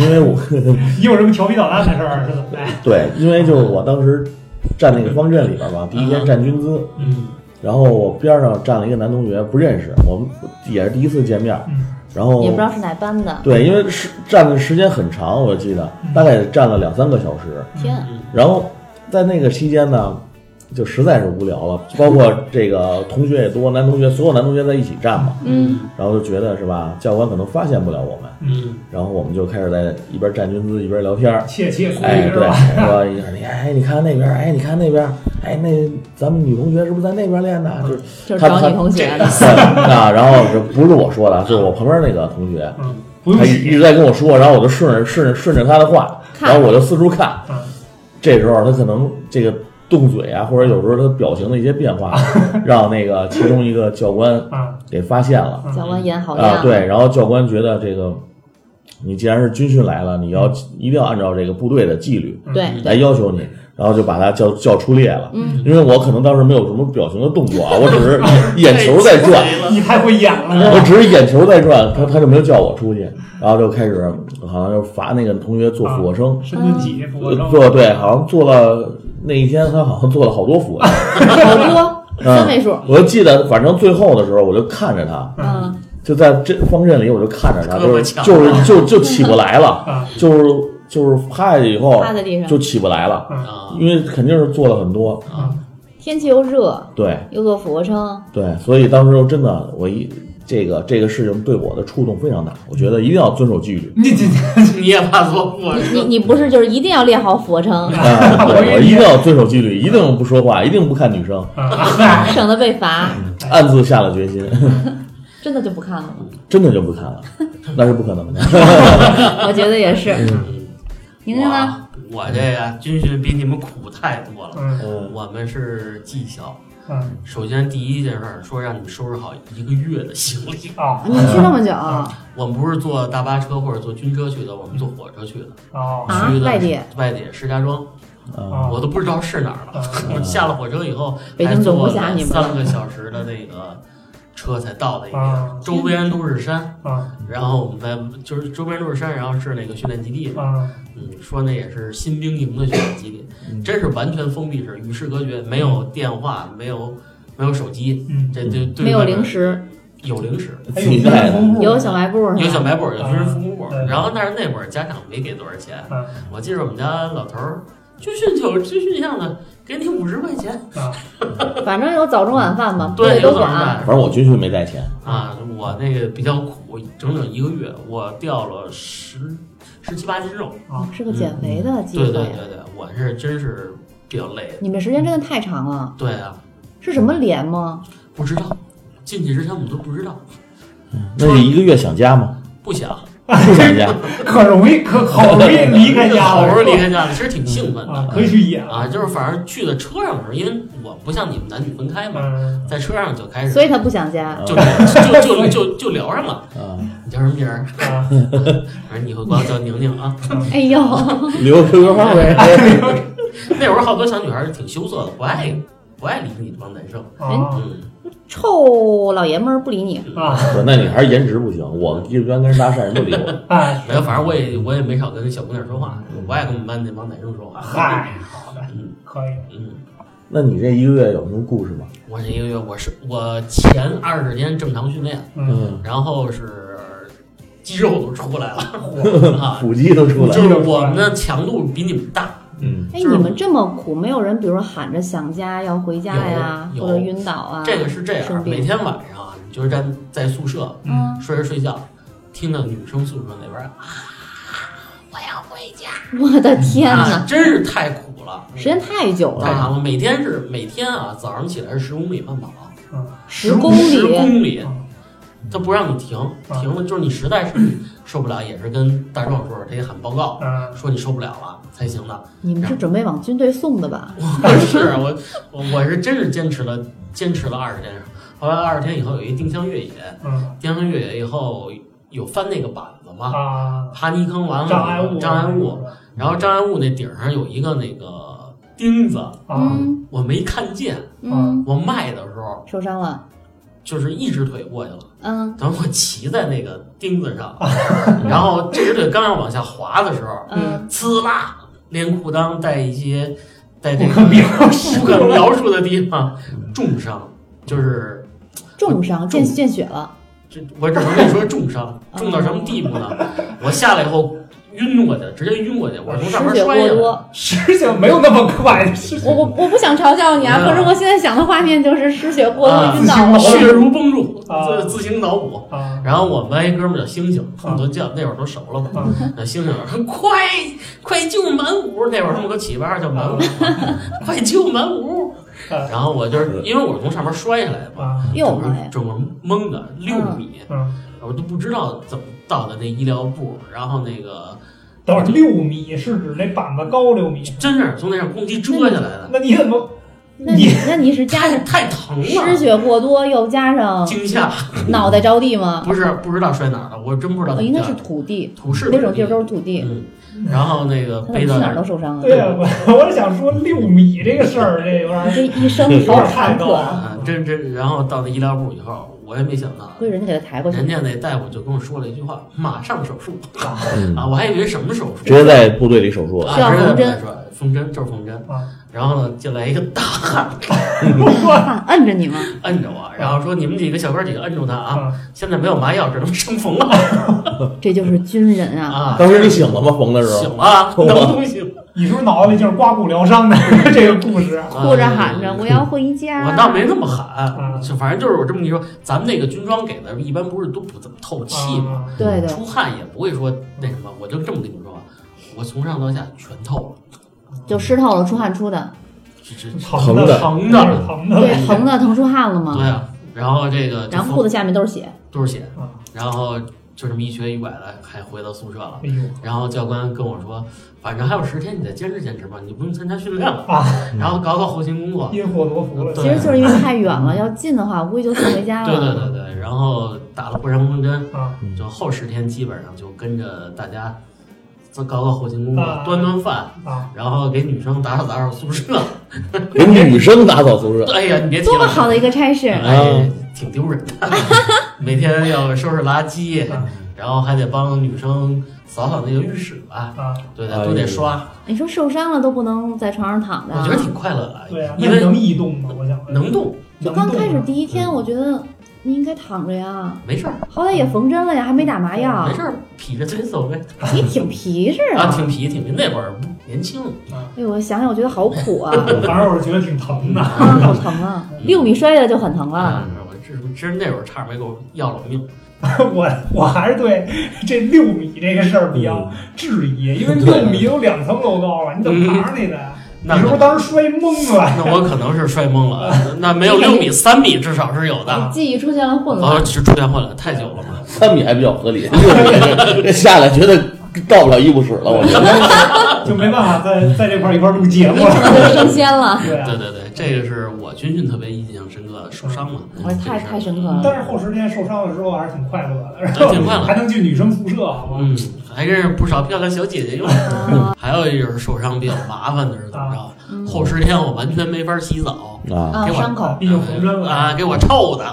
Speaker 3: 因为我 [laughs]
Speaker 2: 你有什么调皮捣蛋的事儿是怎哎么来？
Speaker 3: 对，因为就是我当时站那个方阵里边吧，第一天站军姿，
Speaker 4: 嗯
Speaker 3: 然后我边上站了一个男同学，不认识，我们也是第一次见面，
Speaker 2: 嗯
Speaker 3: 然后
Speaker 1: 也不知道是哪班的。
Speaker 3: 对，因为是站的时间很长，我记得
Speaker 2: 嗯
Speaker 3: 大概站了两三个小时，
Speaker 1: 天，
Speaker 4: 嗯
Speaker 3: 然后在那个期间呢，就实在是无聊了，包括这个同学也多，男同学所有男同学在一起站嘛，
Speaker 1: 嗯，
Speaker 3: 然后就觉得是吧，教官可能发现不了我们，
Speaker 4: 嗯
Speaker 3: 然后我们就开始在一边站军姿一边聊天儿，
Speaker 2: 窃窃私
Speaker 3: 哎，
Speaker 2: 语是
Speaker 3: 对，
Speaker 2: 吧？
Speaker 3: 说一下你，哎，你看那边，哎，你看那边，哎，那咱们女同学是不是在那边
Speaker 2: [laughs]
Speaker 3: 练的？就是
Speaker 1: 就是
Speaker 3: 他
Speaker 1: 找
Speaker 3: 他
Speaker 1: 女同学的。
Speaker 3: [laughs] 啊，然后这不是我说的，就是我旁边那个同学，
Speaker 2: 嗯，不
Speaker 3: 他
Speaker 2: 用
Speaker 3: 一一
Speaker 2: 洗。
Speaker 3: 直在跟我说，然后我就顺着顺着顺着他的话，
Speaker 1: 看
Speaker 3: 然后我就四处看，
Speaker 2: 嗯
Speaker 3: 这时候他可能这个动嘴啊，或者有时候他表情的一些变化，让那个其中一个教官
Speaker 2: 啊
Speaker 3: 给发现了。
Speaker 2: 嗯
Speaker 1: 教官演好样。
Speaker 3: 啊，对，然后教官觉得这个，你既然是军训来了，你
Speaker 1: 嗯
Speaker 3: 要一定要按照这个部队的纪律
Speaker 1: 对
Speaker 3: 来
Speaker 1: 对，
Speaker 3: 要求你，然后就把他叫叫出列了。
Speaker 1: 嗯，
Speaker 3: 因为我可能当时没有什么表情的动作啊，我只是 [laughs] 眼球在转，
Speaker 2: 你太会演了。
Speaker 3: 我只是眼球在转，他他就没有叫我出去，然后就开始好像就罚那个同学做俯卧撑，
Speaker 2: 深蹲几啊俯卧
Speaker 3: 呃
Speaker 2: 撑，
Speaker 3: 做对，好像做了那一天他好像做了好多俯卧撑，
Speaker 1: 好多
Speaker 3: 嗯
Speaker 1: 三位数。
Speaker 3: 我就记得反正最后的时候我就看着他，
Speaker 1: 嗯，
Speaker 3: 就在这方阵里，我就看着他，
Speaker 4: 胳
Speaker 3: 就
Speaker 4: 膊
Speaker 3: 是
Speaker 4: 强
Speaker 3: 就是就就起不来了，
Speaker 2: 啊。
Speaker 3: 就是就是趴下去以后
Speaker 1: 趴在地上
Speaker 3: 就起不来了，
Speaker 4: 啊 [laughs]
Speaker 3: 因为肯定是做了很多，
Speaker 4: 啊，
Speaker 1: 天气又热，
Speaker 3: 对
Speaker 1: 又做俯卧撑，
Speaker 3: 对，所以当时真的我一这个这个事情对我的触动非常大，我觉得一定要遵守纪律
Speaker 2: [laughs] 你这
Speaker 4: 你也怕做我
Speaker 1: 你你
Speaker 3: 嗯
Speaker 1: 你不是就是一定要练好俯卧撑，
Speaker 3: 啊，
Speaker 2: 我
Speaker 3: 对，
Speaker 2: 也
Speaker 3: 我一定要遵守纪律，一定不说话，一定不看女生，
Speaker 2: 啊，
Speaker 1: 省得被罚，
Speaker 3: 暗自下了决心，
Speaker 1: 真的就不看了吗？
Speaker 3: 真的就不看了，那是不可
Speaker 2: [laughs]
Speaker 3: 能的。
Speaker 1: [laughs] 我觉得也是。宁宁呢？
Speaker 4: 我我这个军训比你们苦太多了。
Speaker 2: 嗯
Speaker 3: 嗯
Speaker 4: 我们是技校，
Speaker 2: 嗯
Speaker 4: 首先第一件事儿说让你们收拾好一个月的
Speaker 1: [laughs]
Speaker 4: 行李。
Speaker 2: 啊
Speaker 1: 你去那么久
Speaker 4: 我们不是坐大巴车或者坐军车去的，我们坐火车去的，
Speaker 2: 哦
Speaker 1: 啊
Speaker 4: 去的
Speaker 1: 外地
Speaker 4: 外地石家庄，
Speaker 3: 呃
Speaker 2: 啊
Speaker 4: 我都不知道是哪儿了。我下了火车以后，
Speaker 1: 嗯北京
Speaker 4: 还
Speaker 1: 总
Speaker 4: 坐
Speaker 1: 不下
Speaker 4: 了
Speaker 1: 你们
Speaker 4: 三个小时的那个车才到的一
Speaker 2: 啊
Speaker 4: 个，周边都是山，
Speaker 2: 啊
Speaker 4: 然后我们在就是周边都是山，然后是那个训练基地嘛，
Speaker 2: 啊
Speaker 4: 嗯，说那也是新兵营的训练基地，
Speaker 1: 嗯
Speaker 4: 真是完全封闭式，与世隔绝，没有电话，没有没有手机，
Speaker 2: 嗯，
Speaker 4: 这这对
Speaker 1: 没有
Speaker 4: 外边
Speaker 1: 零食，
Speaker 4: 有零食，
Speaker 2: 还
Speaker 3: 自己
Speaker 2: 军
Speaker 3: 带
Speaker 2: 人
Speaker 3: 的
Speaker 2: 同步
Speaker 1: 有小卖部是吧
Speaker 4: 有小卖部，有军人服务部
Speaker 2: 啊对，
Speaker 4: 然后但是那会儿家长没给多少钱，
Speaker 2: 嗯
Speaker 4: 我记着我们家老头儿军训就有军训项的，给你五十块钱
Speaker 2: 啊
Speaker 1: 反正有早中晚饭嘛，部
Speaker 4: 对
Speaker 1: 队都啊
Speaker 4: 有早
Speaker 1: 管。
Speaker 3: 反正我军训没带钱，
Speaker 4: 啊！我那个比较苦，整整一个月，我掉了十十七八斤肉。
Speaker 1: 哦是个减肥的机
Speaker 4: 对
Speaker 1: 会
Speaker 4: 嗯对。对对，我是真是比较累的。
Speaker 1: 你们时间真的太长了，
Speaker 4: 对啊，
Speaker 1: 是什么连吗？
Speaker 4: 不知道进去之前我们都不知道，
Speaker 3: 那你一个月想家吗？
Speaker 4: 不想，
Speaker 3: 不想
Speaker 2: [laughs]
Speaker 3: 家，
Speaker 2: 可容易可好容易离开家
Speaker 4: 好
Speaker 2: 了，
Speaker 4: 不容易离开家了，其实挺兴奋
Speaker 2: 啊
Speaker 4: 的，
Speaker 2: 可以去演
Speaker 4: 啊。就是反正去的车上的时候，因为我不像你们男女分开嘛，
Speaker 2: 嗯
Speaker 4: 在车上就开始
Speaker 1: 所以他不想家。
Speaker 4: 就就就就就聊上了。
Speaker 3: 啊，
Speaker 4: 你叫什么名儿？
Speaker 2: 啊
Speaker 4: 反正以后管我叫宁宁啊。
Speaker 1: 哎呦， [laughs]
Speaker 3: 留个 QQ 号
Speaker 2: [laughs]
Speaker 3: 呗。
Speaker 4: 那会儿好多小女孩儿挺羞涩的，不爱不爱理你这帮男生。
Speaker 2: 啊
Speaker 4: 嗯，
Speaker 1: 臭老爷们儿不理你，
Speaker 2: 啊
Speaker 3: 不是那你还是颜值不行，我一般跟人搭讪人不理我。
Speaker 2: 哎
Speaker 4: 没有，反正我也我也没少跟小姑娘说话，我不爱跟我们班那帮男生说话。
Speaker 2: 嗨，好的
Speaker 4: 嗯
Speaker 2: 可以
Speaker 4: 嗯，
Speaker 3: 那你这一个月有什么故事吗？
Speaker 4: 我这一个月我是我前二十天正常训练，
Speaker 2: 嗯
Speaker 3: 嗯，
Speaker 4: 然后是肌肉都出来了啊，
Speaker 3: 腹肌都出来
Speaker 4: 就
Speaker 3: 了。
Speaker 4: 是我们的强度比你们大。
Speaker 3: 嗯，
Speaker 1: 哎，
Speaker 4: 就是
Speaker 1: 你们这么苦，没有人比如说喊着想家要回家呀，
Speaker 4: 有有
Speaker 1: 或者晕倒啊？
Speaker 4: 这个是这
Speaker 1: 生
Speaker 4: 样，
Speaker 1: 病
Speaker 4: 每天晚上啊，你就是在在宿舍
Speaker 2: 嗯
Speaker 1: 嗯，
Speaker 4: 睡着睡觉，听到女生宿舍那边儿啊，我要回家，
Speaker 1: 我的天
Speaker 4: 啊
Speaker 1: 哪，
Speaker 4: 真是太苦了，
Speaker 1: 时间太久
Speaker 4: 太
Speaker 1: 了，
Speaker 4: 长了。每天是每天啊，早上起来是十公里慢跑，
Speaker 1: 十公里
Speaker 4: 十公里
Speaker 2: 嗯，
Speaker 4: 他不让你停，
Speaker 2: 啊
Speaker 4: 停了就是你实在是受不了，也是跟大壮说，他也喊报告，
Speaker 2: 嗯
Speaker 4: 说你受不了了才行的。 [laughs]
Speaker 1: 你们是准备往军队送的吧？
Speaker 4: 我是啊我我我是真是坚持了，坚持了二十天。后来二十天以后有一定向越野，
Speaker 2: 嗯
Speaker 4: 定向越野以后有翻那个板子嘛，
Speaker 2: 啊
Speaker 4: 爬泥坑完了
Speaker 2: 障碍物啊
Speaker 4: 障碍物，然后障碍物那顶上有一个那个钉子，
Speaker 2: 啊
Speaker 1: 嗯
Speaker 4: 我没看见，
Speaker 1: 嗯，
Speaker 4: 我迈的时候
Speaker 1: 受伤了，
Speaker 4: 就是一只腿过去了，
Speaker 1: 嗯
Speaker 4: 等我骑在那个钉
Speaker 2: [laughs]
Speaker 4: 子上，然后这只腿刚要往下滑的时候，
Speaker 1: 嗯，
Speaker 4: 呲啦，连裤裆带一些在这个
Speaker 2: 不可描
Speaker 4: 不可描述的地方重伤，就是
Speaker 1: 重伤见见血了，
Speaker 4: 这我只能跟你说重伤，重到什么地步呢？我下来以后晕过去，直接晕过去，我从上
Speaker 1: 失
Speaker 4: 面
Speaker 1: 血
Speaker 4: 摔下
Speaker 1: 过
Speaker 4: 来
Speaker 1: 多
Speaker 4: 了。。
Speaker 2: 事情没有那么快是
Speaker 1: 我我我不想嘲笑你啊，
Speaker 4: 嗯
Speaker 1: 可是我现在想的画面就是失血过多
Speaker 4: 啊
Speaker 1: 晕倒了。
Speaker 4: 血如崩注，
Speaker 2: 啊
Speaker 4: 自自行脑补。
Speaker 2: 啊
Speaker 4: 然后我们班一哥们儿叫星星，我们都叫那会儿都熟了嘛。
Speaker 2: 啊
Speaker 4: 那星星说：“哎快快救满五！”那会儿他们都起外号叫满
Speaker 2: 嗯
Speaker 4: 五，快救满五！
Speaker 2: 啊
Speaker 4: 然后我就是因为我是从上面摔下来的嘛，
Speaker 2: 啊
Speaker 1: 哟妈呀！
Speaker 4: 整个懵的六米，
Speaker 2: 嗯，
Speaker 4: 我都不知道怎么到的那医疗部。然后那个
Speaker 2: 等会儿六米是指那板子高六米，
Speaker 4: 真是从那上公鸡遮下来
Speaker 1: 嗯
Speaker 4: 的，
Speaker 2: 那你怎么
Speaker 1: 那你
Speaker 2: 你
Speaker 1: 那你是加
Speaker 4: 太 [laughs]
Speaker 1: 上
Speaker 4: 太疼
Speaker 1: 失
Speaker 4: 了，
Speaker 1: 血过多，又加上
Speaker 4: 惊吓
Speaker 1: 脑袋着地吗？
Speaker 4: 不是不知道摔哪儿了，我真不知道
Speaker 1: 哦
Speaker 4: 怎
Speaker 1: 应
Speaker 4: 么
Speaker 1: 该
Speaker 4: 掉
Speaker 1: 是
Speaker 4: 的。
Speaker 1: 土地，
Speaker 4: 土是
Speaker 1: 那种地儿都是土地，
Speaker 4: 嗯，然后那个
Speaker 1: 他怎么
Speaker 4: 背
Speaker 1: 去
Speaker 4: 到
Speaker 1: 哪儿都受伤啊了。
Speaker 2: 对呀、我我是想说六米这个事儿，这有
Speaker 1: 你
Speaker 2: 点
Speaker 1: 这一
Speaker 4: [laughs]
Speaker 1: 生好坎坷啊，
Speaker 4: 啊，这这，然后到了医疗部以后，我也没想到，
Speaker 1: 所以人家给他抬过去
Speaker 4: 人。家那大夫就跟我说了一句话：“马上手术
Speaker 3: 嗯，
Speaker 4: 啊！”我还以为什么手术，
Speaker 3: 直接在部队里手术了。
Speaker 4: 啊，
Speaker 1: 需要
Speaker 4: 直接
Speaker 1: 缝针
Speaker 4: 在说缝针就是缝针
Speaker 2: 啊。
Speaker 4: 然后呢，进来一个大汉，
Speaker 1: 啊摁着你吗？
Speaker 4: 摁着我，然后说：“你们几个小哥几个摁住他啊！
Speaker 2: 啊
Speaker 4: 现在没有麻药，只能生缝了
Speaker 1: 这就是军人啊！
Speaker 4: 啊！”
Speaker 3: 当时你醒了吗？缝的时候
Speaker 4: 醒了，
Speaker 3: 哦
Speaker 4: 能不醒？
Speaker 2: 你是不是脑子里就是刮骨疗伤的这个故事？
Speaker 1: 哭着喊着哎我要回家。
Speaker 4: 啊嗯我倒没那么
Speaker 2: 啊
Speaker 4: 喊，就反正就是我这么一说，咱们那个军装给的，一般不是都不怎么透气吗？
Speaker 2: 啊
Speaker 1: 对对，
Speaker 4: 出汗也不会说那什么，我就这么跟你说吧，我从上到下全透了，
Speaker 1: 就湿透了，出汗出
Speaker 4: [laughs]
Speaker 1: 的，
Speaker 4: 这这
Speaker 2: 疼
Speaker 3: 疼的
Speaker 2: 疼
Speaker 4: 嗯
Speaker 2: 疼的，
Speaker 1: 对，疼的疼出汗了
Speaker 4: 对
Speaker 1: 嘛。
Speaker 4: 啊，然后这个
Speaker 1: 嗯然后裤
Speaker 4: 子
Speaker 1: 子下面都是血，
Speaker 4: 都是血
Speaker 2: 啊，
Speaker 4: 然后就这么一瘸一拐的，还回到宿舍了。
Speaker 2: 哎呦
Speaker 4: 然后教官跟我说，反正还有十天，你再坚持坚持吧，你就不用参加训练了，
Speaker 2: 啊，
Speaker 4: 然后搞搞后勤工作。
Speaker 1: 嗯
Speaker 2: 因祸得福了。
Speaker 4: 对
Speaker 1: 其实就是因为太远了，要近的话，估计就送回家了。
Speaker 4: 对对对对，然后打了破伤风针，
Speaker 2: 啊，
Speaker 4: 就后十天基本上就跟着大家搞搞后勤工作
Speaker 2: 啊，
Speaker 4: 端端饭，
Speaker 2: 啊，
Speaker 4: 然后给女生打扫打扫宿舍。
Speaker 3: 给
Speaker 4: 嗯
Speaker 3: 女生打扫宿舍，
Speaker 4: 哎呀，你别提
Speaker 1: 多么
Speaker 4: 了，
Speaker 1: 好的一个差事！
Speaker 4: 哎，
Speaker 2: 嗯
Speaker 4: 挺丢人的， [laughs] 每天要收拾垃圾，
Speaker 2: 嗯
Speaker 4: 然后还得帮女生扫扫那个浴室吧，
Speaker 2: 啊，
Speaker 4: 对
Speaker 3: 哎
Speaker 4: 的，
Speaker 3: 呦
Speaker 4: 都得刷，
Speaker 1: 你说受伤了都不能在床上躺着
Speaker 4: 我
Speaker 1: 啊，
Speaker 4: 觉得挺快乐的，
Speaker 2: 对啊，
Speaker 4: 因
Speaker 2: 那
Speaker 4: 为
Speaker 2: 嗯能移动吗？我想问
Speaker 4: 能动，
Speaker 1: 就刚开始
Speaker 2: 能动吗
Speaker 1: 第一天，
Speaker 3: 嗯
Speaker 1: 我觉得你应该躺着呀，
Speaker 4: 没事儿，
Speaker 1: 好歹也缝针了呀，还没打麻药
Speaker 2: 啊
Speaker 4: 没，事儿，劈着嘴走呗，
Speaker 1: 你挺皮实
Speaker 4: 嗯啊，
Speaker 1: 啊。
Speaker 4: 挺皮挺皮，那会儿年轻，
Speaker 1: 哎呦，我想想，我觉得好苦
Speaker 4: [laughs]
Speaker 1: 啊，
Speaker 2: 反正我是觉得挺疼的。
Speaker 1: 啊，好疼啊！六米摔下就很疼了。
Speaker 4: 嗯嗯我这真是那会儿差点没给我要了命，
Speaker 2: 我我还是对这六米这个事
Speaker 1: 嗯
Speaker 2: 儿比较质疑，因为六米有两层楼高啊，你怎么爬上去的呀？你
Speaker 4: 那
Speaker 2: 是不是当时摔懵了？ [laughs]
Speaker 4: 那我可能是摔懵了，那没有六米三米至少是有的
Speaker 2: [laughs]
Speaker 1: 你，记忆出现了混
Speaker 4: 哦，
Speaker 1: 乱，
Speaker 4: 出现混了，太久了嘛，
Speaker 3: 三米还比较合理，六米这这下来觉得到不了医务室了，我觉得。
Speaker 2: 就没办法在在这块儿一块儿录节
Speaker 1: 你
Speaker 2: 目
Speaker 1: 可
Speaker 2: 了。
Speaker 1: 能 [laughs] 就升仙了。
Speaker 2: 对啊
Speaker 4: 对，对对，这个是我军训特别印象深刻的，受伤嘛，
Speaker 1: 嗯我太
Speaker 4: 这个事儿
Speaker 1: 太深刻了，
Speaker 2: 但是后十天受伤了之后还是挺快乐的，然
Speaker 4: 对
Speaker 2: 后
Speaker 4: 挺快乐
Speaker 2: 还能去女生宿舍，好吗？
Speaker 4: 嗯，还认识不少漂亮小姐姐用。
Speaker 1: 啊
Speaker 4: 还有一就是受伤比较麻烦的是怎么
Speaker 2: 啊
Speaker 4: 着？
Speaker 1: 嗯
Speaker 4: 后十天我完全没法洗澡，
Speaker 3: 啊，
Speaker 1: [laughs] 啊，
Speaker 4: 给我
Speaker 1: 伤口
Speaker 2: 毕竟缝针了
Speaker 4: 啊，给我臭
Speaker 1: [laughs]
Speaker 4: 的，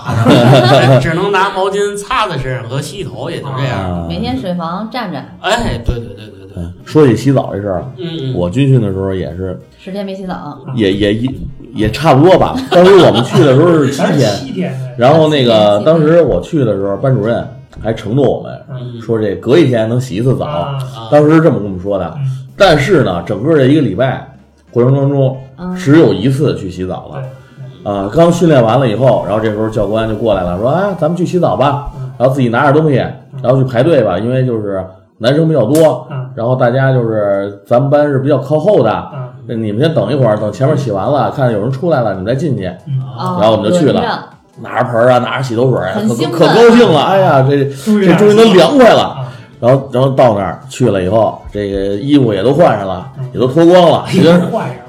Speaker 4: 只能拿毛巾擦擦身上和洗头，也就这样。
Speaker 3: 啊
Speaker 1: 每天水房站着，
Speaker 4: 哎，对对对对对，
Speaker 3: 嗯说起洗澡这事儿，
Speaker 4: 嗯，啊
Speaker 3: 我军训的时候也是，
Speaker 1: 十天没洗
Speaker 4: 哦
Speaker 1: 澡，
Speaker 3: 也也也也差不多吧。当时我们去的时候是七
Speaker 2: 咱是
Speaker 3: 天，
Speaker 4: [laughs]
Speaker 2: 七天的，
Speaker 3: 然后那个当时我去的时候，班主任还承诺我们
Speaker 4: 嗯
Speaker 3: 说这隔一天能洗一次澡，
Speaker 2: 啊，
Speaker 4: 啊，
Speaker 3: 当时是这么跟我们说的。
Speaker 2: 嗯
Speaker 3: 但是呢，整个这一个礼拜过程当中，
Speaker 1: 嗯，
Speaker 3: 只有一次去洗澡了。啊，刚训练完了以后，然后这时候教官就过来了，说：“哎，咱们去洗澡吧。
Speaker 2: 嗯”
Speaker 3: 然后自己拿着东西，然后去排队吧，因为就是男生比较多，
Speaker 2: 嗯
Speaker 3: 然后大家就是咱们班是比较靠后的，
Speaker 2: 嗯，
Speaker 3: 那你们先等一会儿，等前面洗完了，看有人出来了，你们再进去。
Speaker 1: 啊，
Speaker 3: 然后我们就去了
Speaker 1: 轮着
Speaker 3: 拿着盆儿啊，拿着洗头水儿啊，
Speaker 1: 很
Speaker 3: 可
Speaker 1: 兴奋
Speaker 3: 可高兴了！哎呀，
Speaker 2: [laughs]
Speaker 3: 这
Speaker 2: 终于
Speaker 3: 这终于能凉快了。
Speaker 2: 啊，
Speaker 3: 然后，然后到那儿去了以后，这个衣服也都换上了，也都脱光了，
Speaker 2: 哎
Speaker 3: 觉得
Speaker 2: 呦，坏人了，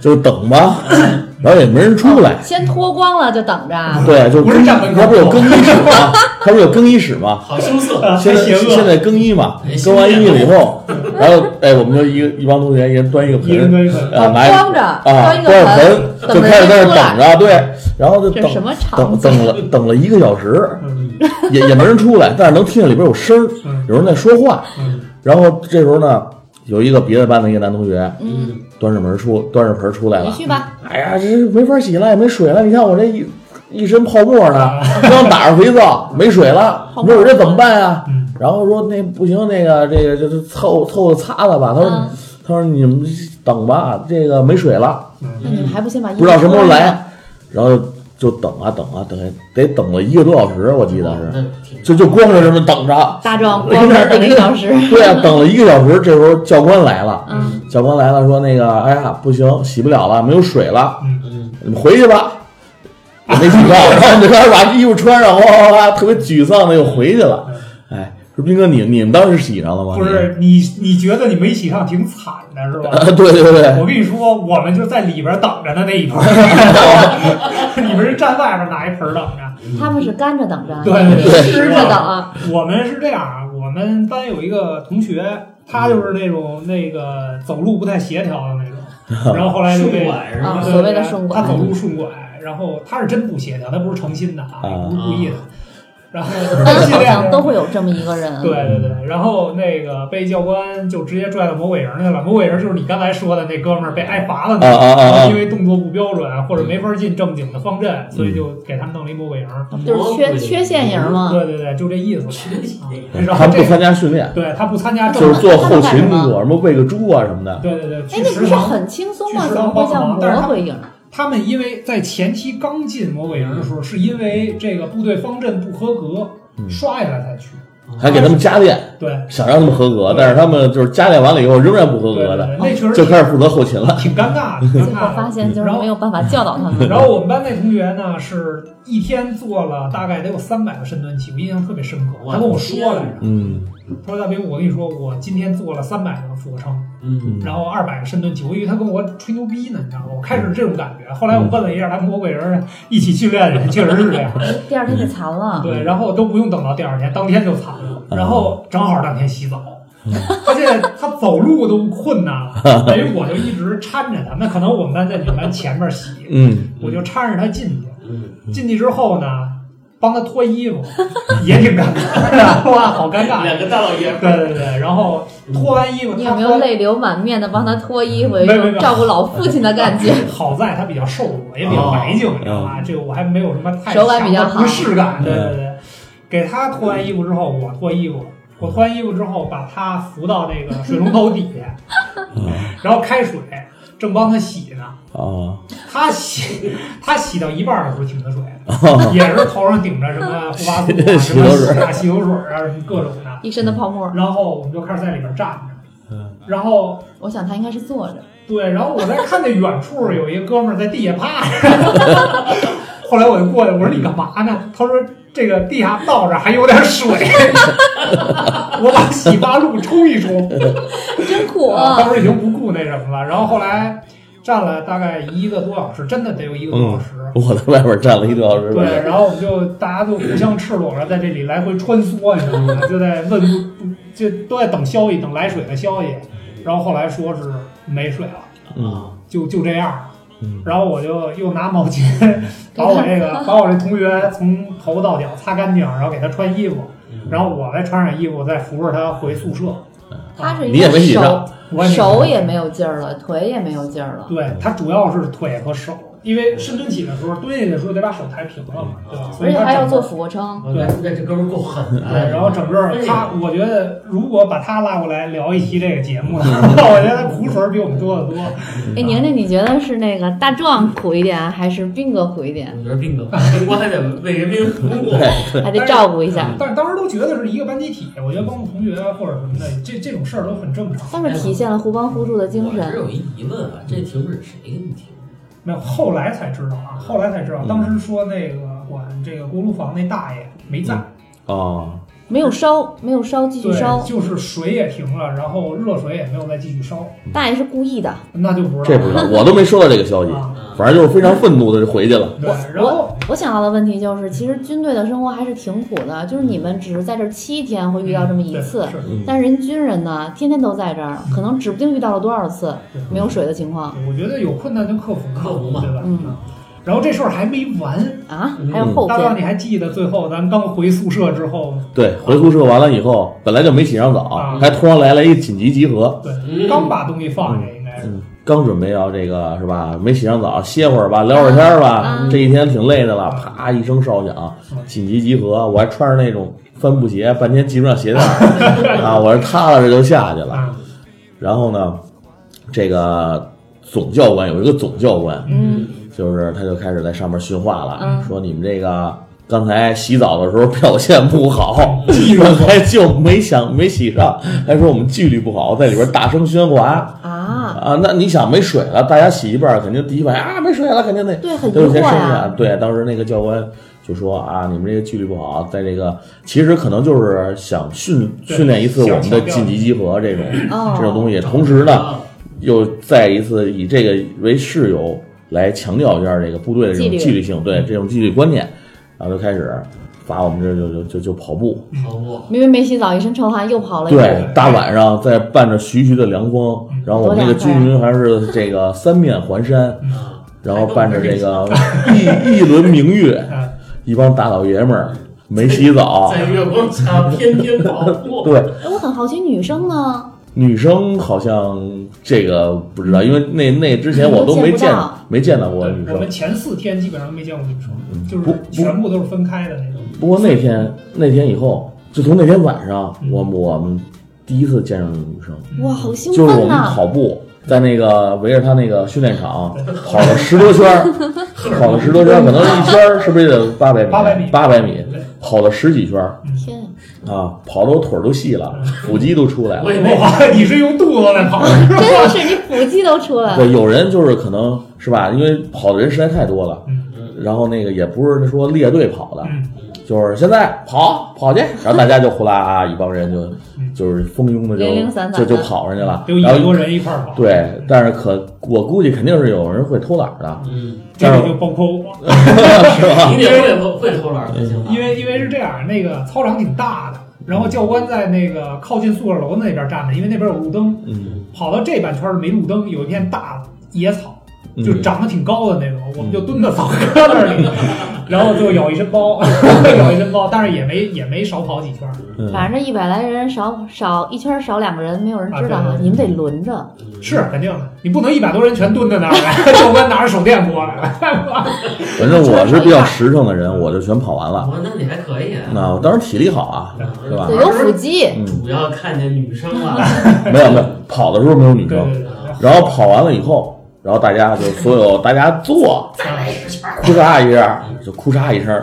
Speaker 3: 就等吧，
Speaker 2: 嗯
Speaker 3: 然后也没人出
Speaker 2: 啊
Speaker 3: 来。
Speaker 1: 先脱光了就等
Speaker 3: [laughs]
Speaker 1: 着，
Speaker 3: 对，就是
Speaker 2: 不是站门口
Speaker 3: 他不是有更衣室
Speaker 2: [laughs]
Speaker 3: 吗？他不是有更衣室吗？
Speaker 4: 好羞涩，
Speaker 2: 啊
Speaker 3: 现
Speaker 2: 还
Speaker 3: 在
Speaker 2: 邪
Speaker 3: 现
Speaker 2: 恶，
Speaker 3: 在更衣嘛
Speaker 4: 哎，
Speaker 3: 更完衣了以后，
Speaker 2: [laughs]
Speaker 3: 然后哎，我们就一个一帮同学，一人端一个
Speaker 2: 一人
Speaker 3: 盆，
Speaker 2: 端一个，
Speaker 3: 啊，拿一
Speaker 1: 光着，
Speaker 3: 啊，
Speaker 1: 端一个
Speaker 3: 端着
Speaker 1: 盆，
Speaker 3: 盆
Speaker 1: 等着
Speaker 3: 就开始在
Speaker 1: 人出
Speaker 3: 那
Speaker 1: 来
Speaker 3: 等着，对，然后就
Speaker 1: 这是什
Speaker 3: 等
Speaker 1: 么场景？
Speaker 2: [laughs]
Speaker 3: 等等了等了一个小时，
Speaker 2: 嗯
Speaker 3: 也也没人出来，但是能听见里边有声儿，
Speaker 2: 嗯
Speaker 3: 有人在说话。 [laughs]
Speaker 2: 嗯
Speaker 3: 然后这时候呢，有一个别的班的一个男同学
Speaker 1: 嗯，
Speaker 3: 端着门出，端着盆出来
Speaker 1: 你
Speaker 3: 了。
Speaker 1: 去吧，
Speaker 3: 哎呀，这是没法洗了，也没水了。你看我这一一身泡沫呢，刚打上肥皂，没水了。
Speaker 1: 泡沫
Speaker 3: 你说我这怎么办呀？
Speaker 2: 嗯，
Speaker 3: 然后说那不行，那个这个就是凑凑合擦擦吧。他说、
Speaker 1: 嗯
Speaker 3: 他说你们等吧，这个没水了，
Speaker 2: 嗯
Speaker 1: 那你们还不先把衣服
Speaker 3: 不知道什么时候
Speaker 1: 脱了
Speaker 3: 来，然后就等啊等啊等，得等了一个多小时，我记得是，
Speaker 4: 那挺
Speaker 3: 就就光着这么等着。
Speaker 1: 大壮光着
Speaker 3: [laughs]
Speaker 1: 等一个小时，
Speaker 3: 对啊，等了一个小时，这时候教官来了，
Speaker 1: 嗯，
Speaker 3: 教官来了，说那个，哎呀，不行，洗不了了，没有水了，
Speaker 4: 嗯，
Speaker 3: 你们回去吧。我没洗到，然后那边把衣服穿上，哇哇哇，特别沮丧的又回去了。哎，说斌哥，你你们当时洗上了吗？
Speaker 2: 嗯不是你，你觉得你没洗上挺惨的是吧？
Speaker 3: [laughs] 啊，对对对，
Speaker 2: 我跟你说，我们就在里边等着呢那一盆儿，你们是站外边拿一盆儿等着。
Speaker 1: [laughs] 他们是干着等着，
Speaker 2: 对
Speaker 1: 你们
Speaker 3: 对
Speaker 1: 是湿着等，啊
Speaker 2: [laughs] 我们是这样啊，我们班有一个同学，他就是那
Speaker 3: 嗯
Speaker 2: 种那个走路不太协调的那
Speaker 3: [laughs]
Speaker 2: 种，然后后来就被
Speaker 4: 顺拐是
Speaker 1: 啊
Speaker 4: 吧？
Speaker 1: 所谓的顺拐
Speaker 2: 他走路顺拐，然后他是真不协调，他不是诚心的啊，
Speaker 3: 啊
Speaker 2: 不是故意的。然后
Speaker 1: 但是
Speaker 2: 这
Speaker 1: 好像
Speaker 2: 样
Speaker 1: 都会有这么一个人，
Speaker 2: 对对对，然后那个被教官就直接拽到魔鬼营去了。魔鬼营就是你刚才说的那哥们儿被挨罚了
Speaker 3: 啊
Speaker 2: 那个，
Speaker 3: 啊啊
Speaker 2: 然后
Speaker 3: 啊
Speaker 2: 因！为动作不标准或者没法进正经的方阵，所
Speaker 3: 嗯
Speaker 2: 以就给他们弄了一魔鬼营。
Speaker 1: 就是缺缺陷型嘛，
Speaker 2: 对对对，就这意思吧。啊然
Speaker 3: 他
Speaker 2: 后
Speaker 3: 们不
Speaker 2: 这
Speaker 3: 参加训练，
Speaker 2: 对他不参加
Speaker 3: 就
Speaker 2: 正
Speaker 3: 是做后勤工作，什么喂个猪啊什么的。
Speaker 2: 对对对，
Speaker 1: 哎，
Speaker 2: 去
Speaker 1: 那不
Speaker 2: 食
Speaker 1: 是
Speaker 2: 堂。
Speaker 1: 很轻松吗？
Speaker 2: 去食
Speaker 1: 怎
Speaker 2: 堂
Speaker 1: 么会叫
Speaker 2: 帮忙但是
Speaker 1: 魔
Speaker 2: 他
Speaker 1: 鬼营？
Speaker 2: 他们因为在前期刚进魔鬼营的时候，是因为这个部队方阵不合格，
Speaker 3: 嗯
Speaker 2: 刷下来才去。
Speaker 3: 还给他们加练，
Speaker 2: 对，
Speaker 3: 想让他们合格，但是他们就是加练完了以后仍然不合
Speaker 2: 对
Speaker 3: 格
Speaker 2: 对
Speaker 3: 的，
Speaker 2: 对，那确实
Speaker 3: 就开始负责后勤了。
Speaker 2: 挺尴
Speaker 1: [laughs]
Speaker 2: 尬的，挺尴
Speaker 1: 结果
Speaker 2: 尬的
Speaker 1: 发。现就是没有办法教导他
Speaker 2: [laughs]
Speaker 1: 们。
Speaker 2: 然后我们班那同学呢，是一天做了大概得有三百个深蹲起，我印象特别深刻。他跟我说来着，
Speaker 3: 嗯
Speaker 2: 他说大兵，我跟你说，我今天做了三百个俯卧撑，
Speaker 4: 嗯，
Speaker 2: 然后二百个深蹲起，我以为他跟我吹牛逼呢，你知道吗？我开始是这种感觉，后来我问了一下他们魔鬼人一起训练的，确实是这样。
Speaker 1: 第二天就残了，
Speaker 2: 对，然后都不用等到第二天，当天就惨了。然后正好当天洗澡，而且他走路都困难了，等于我就一直搀着他。那可能我们班在你们班前面洗，
Speaker 3: 嗯，
Speaker 2: 我就搀着他进去。
Speaker 4: 嗯，
Speaker 2: 进去之后呢，帮他脱衣服，也挺尴尬的，哇，好尴
Speaker 4: [laughs]
Speaker 2: 尬。
Speaker 4: 两个大老爷们
Speaker 2: 对
Speaker 4: 儿，
Speaker 2: 对对，然后脱完衣服，
Speaker 1: 你
Speaker 2: 他
Speaker 1: 有没有泪流满面的帮他脱衣服，有一
Speaker 2: 没有没
Speaker 1: 种
Speaker 2: 有
Speaker 1: 照顾老父亲的感觉？
Speaker 2: 啊好在他比较瘦弱，也比较白净，你知道吧？这个我还没有什么太
Speaker 1: 手感比较
Speaker 2: 强的
Speaker 1: 好
Speaker 2: 不适感。
Speaker 3: 嗯
Speaker 2: 对对对，给他脱完衣服之后，我脱衣服，我脱完衣服之后，把他扶到这个水龙头底下，然后开水，正帮他洗呢。 [laughs]
Speaker 3: 啊，
Speaker 2: 他洗，他洗到一半的时候停的水，
Speaker 3: 嗯
Speaker 2: 也是头上顶着什么护发素啊、什么哦 [laughs] 洗啊、洗头水啊、什么各种的。
Speaker 1: 一身的泡沫，
Speaker 2: 然后我们就开始在里边站着
Speaker 3: 嗯，
Speaker 2: 然后
Speaker 1: 我想他应该是坐着。
Speaker 2: 对，然后我在看那远处有一哥们儿在地下趴着， [laughs] 后来我就过去，我说你干嘛呢？他说这个地下倒着还有点水， [laughs] 我把洗发露冲一冲。
Speaker 1: 真苦
Speaker 2: 啊当 [laughs]
Speaker 1: 啊！
Speaker 2: 时已经不顾那什么了。然后后来站了大概一个多小时，真的得有一个多小时。
Speaker 3: 嗯我在外边站了一个多小时吧。
Speaker 2: 对，然后我们就大家就互相赤裸着在这里来回穿梭，你知道吗？就在问，就都在等消息，等来水的消息。然后后来说是没水了，
Speaker 3: 嗯
Speaker 2: 就就这样了。
Speaker 3: 嗯
Speaker 2: 然后我就又拿毛
Speaker 1: [laughs]
Speaker 2: 巾把我这个把我这同学从头到脚擦干净，然后给他穿衣服，
Speaker 4: 嗯
Speaker 2: 然后我再穿上衣服，再扶着他回宿舍。
Speaker 1: 他是
Speaker 3: 你也没洗
Speaker 1: 手
Speaker 3: 上
Speaker 2: 我也没
Speaker 1: 手也没有劲儿了，腿也没有劲儿了。
Speaker 2: 对他主要是腿和手，因为深蹲起的时候蹲下去的时候得把手抬平了嘛，对吧？所
Speaker 1: 而
Speaker 2: 以
Speaker 1: 且
Speaker 2: 他
Speaker 1: 还要
Speaker 2: 整
Speaker 1: 做
Speaker 2: 个
Speaker 1: 俯卧撑，
Speaker 4: 嗯对，那这哥们儿够狠
Speaker 2: 对，
Speaker 4: 的。哎
Speaker 2: 然后整个
Speaker 4: 对
Speaker 1: 哎
Speaker 2: 他，我觉得如果把他拉过来聊一期这个节
Speaker 1: [laughs]
Speaker 2: 目的话，我觉得他苦水儿比我们多得多。
Speaker 1: 哎，宁宁，你觉得是那个大壮苦一点，还是斌哥苦一点？
Speaker 4: 我觉得病哥，病哥还得为人民服务。
Speaker 1: 还得照顾一下。
Speaker 2: 但是当时都觉得是一个班集体，我觉得帮助同学啊或者什么的，这这种事儿都很正常。
Speaker 1: 但是体现了互帮互助的精
Speaker 4: 我只
Speaker 1: 神。
Speaker 4: 有一疑问啊，这停止谁给你停止？
Speaker 2: 没有，后来才知道
Speaker 3: 嗯
Speaker 2: 啊，后来才知道，当时说那个管这个锅炉房那大爷没在，
Speaker 3: 啊，
Speaker 1: 没有烧，没有烧，继续
Speaker 2: 对，
Speaker 1: 烧。
Speaker 2: 就是水也停了，然后热水也没有再继续烧，
Speaker 1: 大爷是故意的。
Speaker 2: 那就不知
Speaker 3: 这
Speaker 2: 道
Speaker 3: 不知
Speaker 2: 了
Speaker 3: 道，我都没收到这个消息，
Speaker 2: 啊。
Speaker 3: 反正就是非常愤怒的就回去了。
Speaker 2: 对，然后
Speaker 1: 我想到的问题就是，其实军队的生活还是挺苦的，就是你们只是在这儿七天会遇到这么一次
Speaker 2: 对，是
Speaker 3: 嗯
Speaker 1: 但是人军人呢，天天都在这儿，可能指不定遇到了多少次
Speaker 2: 对
Speaker 1: 没有水的情况
Speaker 2: 我觉得有困难就克服嘛
Speaker 4: 克服嘛
Speaker 2: 对吧？
Speaker 1: 嗯。
Speaker 2: 然后这事儿还没完，
Speaker 1: 啊，还有
Speaker 3: 嗯
Speaker 1: 后
Speaker 2: 大壮，
Speaker 1: 边
Speaker 2: 你还记得最后咱刚回宿舍之后，
Speaker 3: 对，回宿舍完了以后，本来就没洗上澡，
Speaker 2: 啊
Speaker 3: 还突然来了一紧急集合。
Speaker 2: 对，刚把东西放下，应该是
Speaker 3: 嗯，刚准备要这个是吧？没洗上澡，歇会儿吧，聊会儿天儿吧
Speaker 1: 嗯。
Speaker 3: 这一天挺累的了，啪一声哨响，紧急集合。我还穿着那种帆布鞋，半天系不上鞋带儿啊，我是踏了这就下去了。
Speaker 2: 啊，
Speaker 3: 然后呢，这个总教官有一个总教官，
Speaker 1: 嗯，
Speaker 3: 就是他就开始在上面训话了，
Speaker 1: 嗯
Speaker 3: 说你们这个刚才洗澡的时候表现不好，
Speaker 1: 嗯
Speaker 3: [laughs]
Speaker 2: 技术不好
Speaker 3: 还就没想没洗上，还说我们纪律不好，在里边大声喧哗
Speaker 1: 啊，
Speaker 3: 啊。那你想没水了，大家洗一半，肯定第一反应啊没水了，肯定得
Speaker 1: 对，很疑
Speaker 3: 都有些
Speaker 1: 惑
Speaker 3: 声音
Speaker 1: 呀
Speaker 3: 啊。。对，当时那个教官就说啊，你们这个纪律不好，在这个其实可能就是想训
Speaker 2: 对
Speaker 3: 训练一次我
Speaker 2: 想
Speaker 3: 们的
Speaker 2: 强调哦
Speaker 3: 紧急集合这种
Speaker 1: 哦，
Speaker 3: 这种东西，同时呢。，又再一次以这个为事由来强调一下这个部队的这
Speaker 1: 纪律
Speaker 3: 种
Speaker 1: 嗯
Speaker 3: 纪律性，对这种纪律观念，然后就开始罚我们这就就就就跑步，
Speaker 4: 好不？
Speaker 1: 明明没洗澡，一身臭汗，又跑了一
Speaker 3: 对
Speaker 1: 遍。，
Speaker 3: 大晚上在伴着徐徐的凉风，然后我们这个
Speaker 1: 多
Speaker 3: 军
Speaker 1: 凉啊快
Speaker 3: 营还是这个三面
Speaker 1: [laughs]
Speaker 3: 环山，
Speaker 4: 啊，
Speaker 3: 然后伴着这个
Speaker 2: 哎
Speaker 3: 一一轮明月，
Speaker 2: [laughs] 嗯，
Speaker 3: 一帮大老爷们儿没
Speaker 2: [laughs]
Speaker 3: 洗澡，
Speaker 4: 在月光下翩翩跑步。
Speaker 3: 对，
Speaker 1: 哎，我很好奇，女生呢？
Speaker 3: 女生好像这个不知道，因为那那之前我都
Speaker 1: 嗯
Speaker 3: 没
Speaker 1: 都
Speaker 3: 见
Speaker 1: 见不到
Speaker 3: 没见到过女
Speaker 2: 对，我
Speaker 3: 生
Speaker 2: 们。前四天基本上都没见过女生，就
Speaker 3: 嗯不
Speaker 2: 是
Speaker 3: 不
Speaker 2: 全部都是分开的那种。
Speaker 3: 不过那天那天以后，就从那天晚上，
Speaker 2: 嗯
Speaker 3: 我我们第一次见着女生，
Speaker 1: 哇，好兴
Speaker 3: 就是我
Speaker 1: 奋
Speaker 3: 们
Speaker 1: 呐、
Speaker 3: 跑步，在那个围着她那个训练场跑
Speaker 2: [laughs]
Speaker 3: 了十多圈儿，跑了十多圈儿，可能一圈儿是不是也得八百米？
Speaker 2: 八百米
Speaker 3: 八百米，
Speaker 2: 对
Speaker 3: 跑了十几圈儿
Speaker 1: 天啊，
Speaker 3: 啊，跑得我腿儿都细了，
Speaker 2: 嗯
Speaker 3: 腹肌都出来了
Speaker 1: 嗯
Speaker 4: 我。也
Speaker 2: 哇，你是用肚子在跑是吧？
Speaker 1: 真的是你腹肌都出来了。
Speaker 3: 对，有人就是可能是吧，因为跑的人实在太多了，
Speaker 2: 嗯
Speaker 3: 然后那个也不是说列队跑的，
Speaker 2: 嗯
Speaker 3: 就是现在跑跑去，然后大家就呼啦啊，一帮人就
Speaker 2: 嗯
Speaker 3: 就是蜂拥的
Speaker 1: 零零散散
Speaker 3: 就
Speaker 1: 的
Speaker 3: 就就跑上去了，
Speaker 2: 有一
Speaker 3: 然
Speaker 2: 百
Speaker 3: 后
Speaker 2: 多人一块儿跑，
Speaker 3: 对，但是可我估计肯定是有人会偷懒儿的，
Speaker 4: 嗯，
Speaker 2: 这里就包括
Speaker 3: 啊
Speaker 2: 我，
Speaker 3: 是吧？
Speaker 4: 你得会会偷懒才行啊。
Speaker 2: 因为因为是这样，那个操场挺大的，然后教官在那个靠近宿舍楼那边站着，因为那边有路灯，
Speaker 3: 嗯，
Speaker 2: 跑到这半圈儿没路灯，有一片大野草，
Speaker 3: 嗯
Speaker 2: 就长得挺高的那种，我们就蹲在草棵那里，然后就咬一身包， [laughs] 咬一身包，但是也没也没少跑几圈儿。
Speaker 3: 嗯
Speaker 1: 反正一百来人少少一圈儿少两个人，没有人知道
Speaker 2: 啊对
Speaker 1: 哈
Speaker 2: 对，对啊
Speaker 1: 你们得轮着。
Speaker 2: 是肯定的，你不能一百多人全蹲在那儿， [laughs] 教官拿着手电过来了。
Speaker 3: 反正我是比较实诚的人，我就全跑完了。
Speaker 4: 我那你还可以啊，
Speaker 3: 那我当时体力好啊，是吧
Speaker 1: 对，有腹肌，
Speaker 3: 嗯，
Speaker 4: 主要看见女生了，
Speaker 3: 没有没有，跑的时候没有女
Speaker 2: 对对
Speaker 3: 生，
Speaker 2: 对对，
Speaker 3: 然后跑完了以后，然后大家就所有大家坐，
Speaker 4: 再来一圈儿。
Speaker 3: 哭嚓一下，就哭
Speaker 2: [laughs]
Speaker 3: 嚓一声，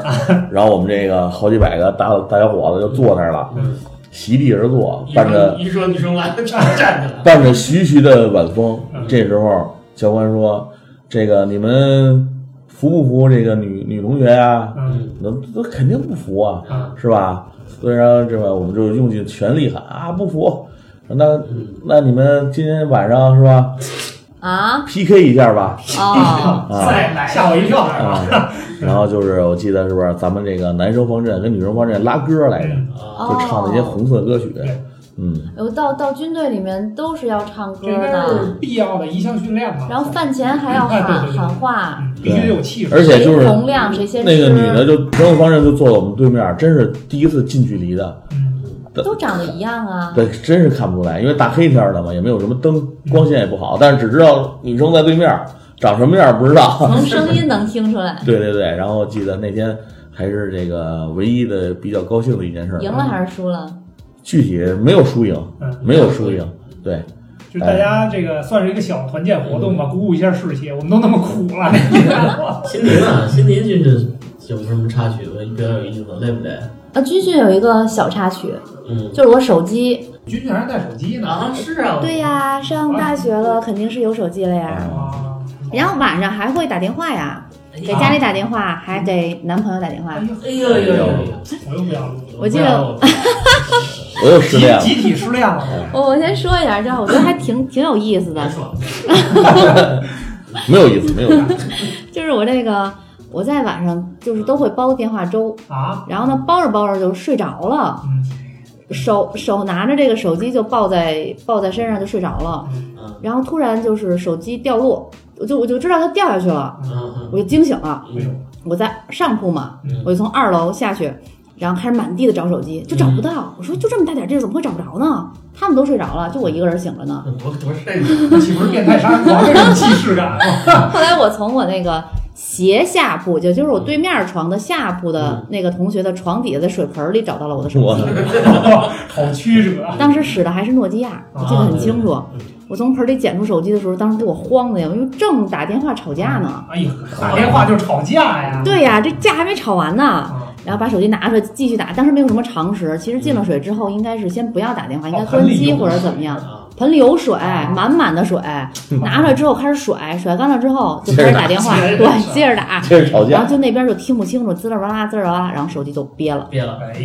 Speaker 3: 然后我们这个好几百个大大小伙子就坐那儿了，
Speaker 2: 嗯
Speaker 3: 席地而坐，
Speaker 4: 一
Speaker 3: 伴
Speaker 4: 说
Speaker 3: 着
Speaker 4: 一说女生来，站站起来。
Speaker 3: 伴着徐徐的晚风
Speaker 2: 嗯。
Speaker 3: 这时候教官说：“这个你们服不服这个女女同学啊呀、
Speaker 2: 嗯
Speaker 3: 那那肯定不服啊，
Speaker 2: 嗯
Speaker 3: 是吧？所以说这个我们就用尽全力喊啊，不服。那那你们今天晚上是吧
Speaker 1: 啊
Speaker 3: ？PK 一下吧。”
Speaker 1: 哦，
Speaker 2: [laughs] 再来吓我一跳
Speaker 3: 啊，然后就是我记得是不是咱们这个男生方阵跟女生方阵拉歌来
Speaker 2: 嗯
Speaker 3: 着，[laughs]
Speaker 4: 啊，
Speaker 3: 就唱那些红色歌曲。嗯，
Speaker 1: 哦有到到军队里面都是要唱
Speaker 2: 这
Speaker 1: 歌
Speaker 2: 应该
Speaker 1: 的，
Speaker 2: 是必要的一项训练吧。
Speaker 1: 然后饭前还要
Speaker 2: 哎对
Speaker 1: 喊
Speaker 2: 对对
Speaker 1: 喊话，
Speaker 2: 嗯必须得有气势，
Speaker 3: 而且就是
Speaker 1: 谁同量谁先吃。
Speaker 3: 那个女的就女生方阵就坐在我们对面，真是第一次近距离的，
Speaker 2: 嗯
Speaker 1: 都长得一样啊，
Speaker 3: 对，真是看不出来，因为大黑天儿的嘛，也没有什么灯，光线也不好，但是只知道女生在对面，长什么样不知道。
Speaker 1: 从声音能听出 [laughs] 来。
Speaker 3: 对对对，然后记得那天还是这个唯一的比较高兴的一件事
Speaker 1: 赢
Speaker 3: 儿，
Speaker 1: 了还是输了？
Speaker 3: 具体没有输赢，
Speaker 2: 嗯，
Speaker 3: 没有输赢，对，
Speaker 2: 就大家这个算是一个小团建活动吧，鼓舞一下士气。我们都那么苦
Speaker 1: [laughs]
Speaker 2: 了，
Speaker 4: 新林啊，新林军这有什么插曲比较有意思，累不累？
Speaker 1: 啊，军训有一个小插曲，
Speaker 4: 嗯，
Speaker 1: 就是我手机。
Speaker 2: 军训还是带手机呢。
Speaker 4: 啊是啊，
Speaker 1: 对呀、上大学了肯定是有手机了哎呀。
Speaker 2: 啊，
Speaker 1: 然后晚上还会打电话呀，给家里打电话，还给男朋友打电话
Speaker 2: 哎。呦，
Speaker 4: 哎呦呦呦呦，
Speaker 2: 我又不要录，
Speaker 1: 我记得
Speaker 3: 我又失
Speaker 2: 集 [laughs]
Speaker 3: 恋了。哎
Speaker 2: 集体失恋了。
Speaker 1: 哦我我先说一下，这样我觉得还 [laughs] 挺挺有意思的
Speaker 4: 难，说，
Speaker 3: 没有意思，没有意思。
Speaker 1: 就是我这个我在晚上就是都会煲电话粥，
Speaker 2: 啊，
Speaker 1: 然后呢煲着煲着就睡着了，
Speaker 2: 嗯
Speaker 1: 手手拿着这个手机就抱在抱在身上就睡着了，
Speaker 4: 嗯
Speaker 1: 然后突然就是手机掉落，我就我就知道它掉下去了，
Speaker 4: 嗯
Speaker 1: 我就惊醒了，
Speaker 2: 哎呦
Speaker 4: 嗯，
Speaker 1: 我在上铺嘛，
Speaker 4: 嗯
Speaker 1: 我就从二楼下去，然后开始满地的找手机，就找不到。我说就这么大点地儿，怎么会找不着呢？他们都睡着了，就我一个人醒着呢。
Speaker 4: 多多慎
Speaker 2: 岂不是变态杀人狂这种既视感啊吗？
Speaker 1: 后来我从我那个斜下铺，也就是我对面床的下铺的那个同学的床底下的水盆里找到了我的手
Speaker 3: 我
Speaker 1: 机。
Speaker 2: [laughs] 好曲折啊
Speaker 1: 当时使的还是诺基亚，我记得很清楚。我从盆里捡出手机的时候，当时给我慌的呀，因为正打电话吵架呢。
Speaker 2: 哎呦，打电话就吵架呀。
Speaker 1: 对呀、这架还没吵完呢，
Speaker 2: 啊，
Speaker 1: 然后把手机拿出来继续打。当时没有什么常识，其实进了水之后，应该是先不要打电话，应该
Speaker 2: 哦盆
Speaker 1: 关
Speaker 2: 里
Speaker 1: 机
Speaker 2: 有
Speaker 1: 或者怎么样。
Speaker 4: 啊，
Speaker 1: 盆里有水，
Speaker 2: 啊
Speaker 1: 满满的水，拿出来之后开始甩，甩干了之后就开始打电话，
Speaker 4: 接着打
Speaker 1: 对，接着打，
Speaker 3: 这是吵
Speaker 1: 然
Speaker 3: 架
Speaker 1: 后，就那边就听不清楚，滋啦哇啦滋啦哇啦，然后手机就憋了。
Speaker 4: 别了，
Speaker 2: 哎，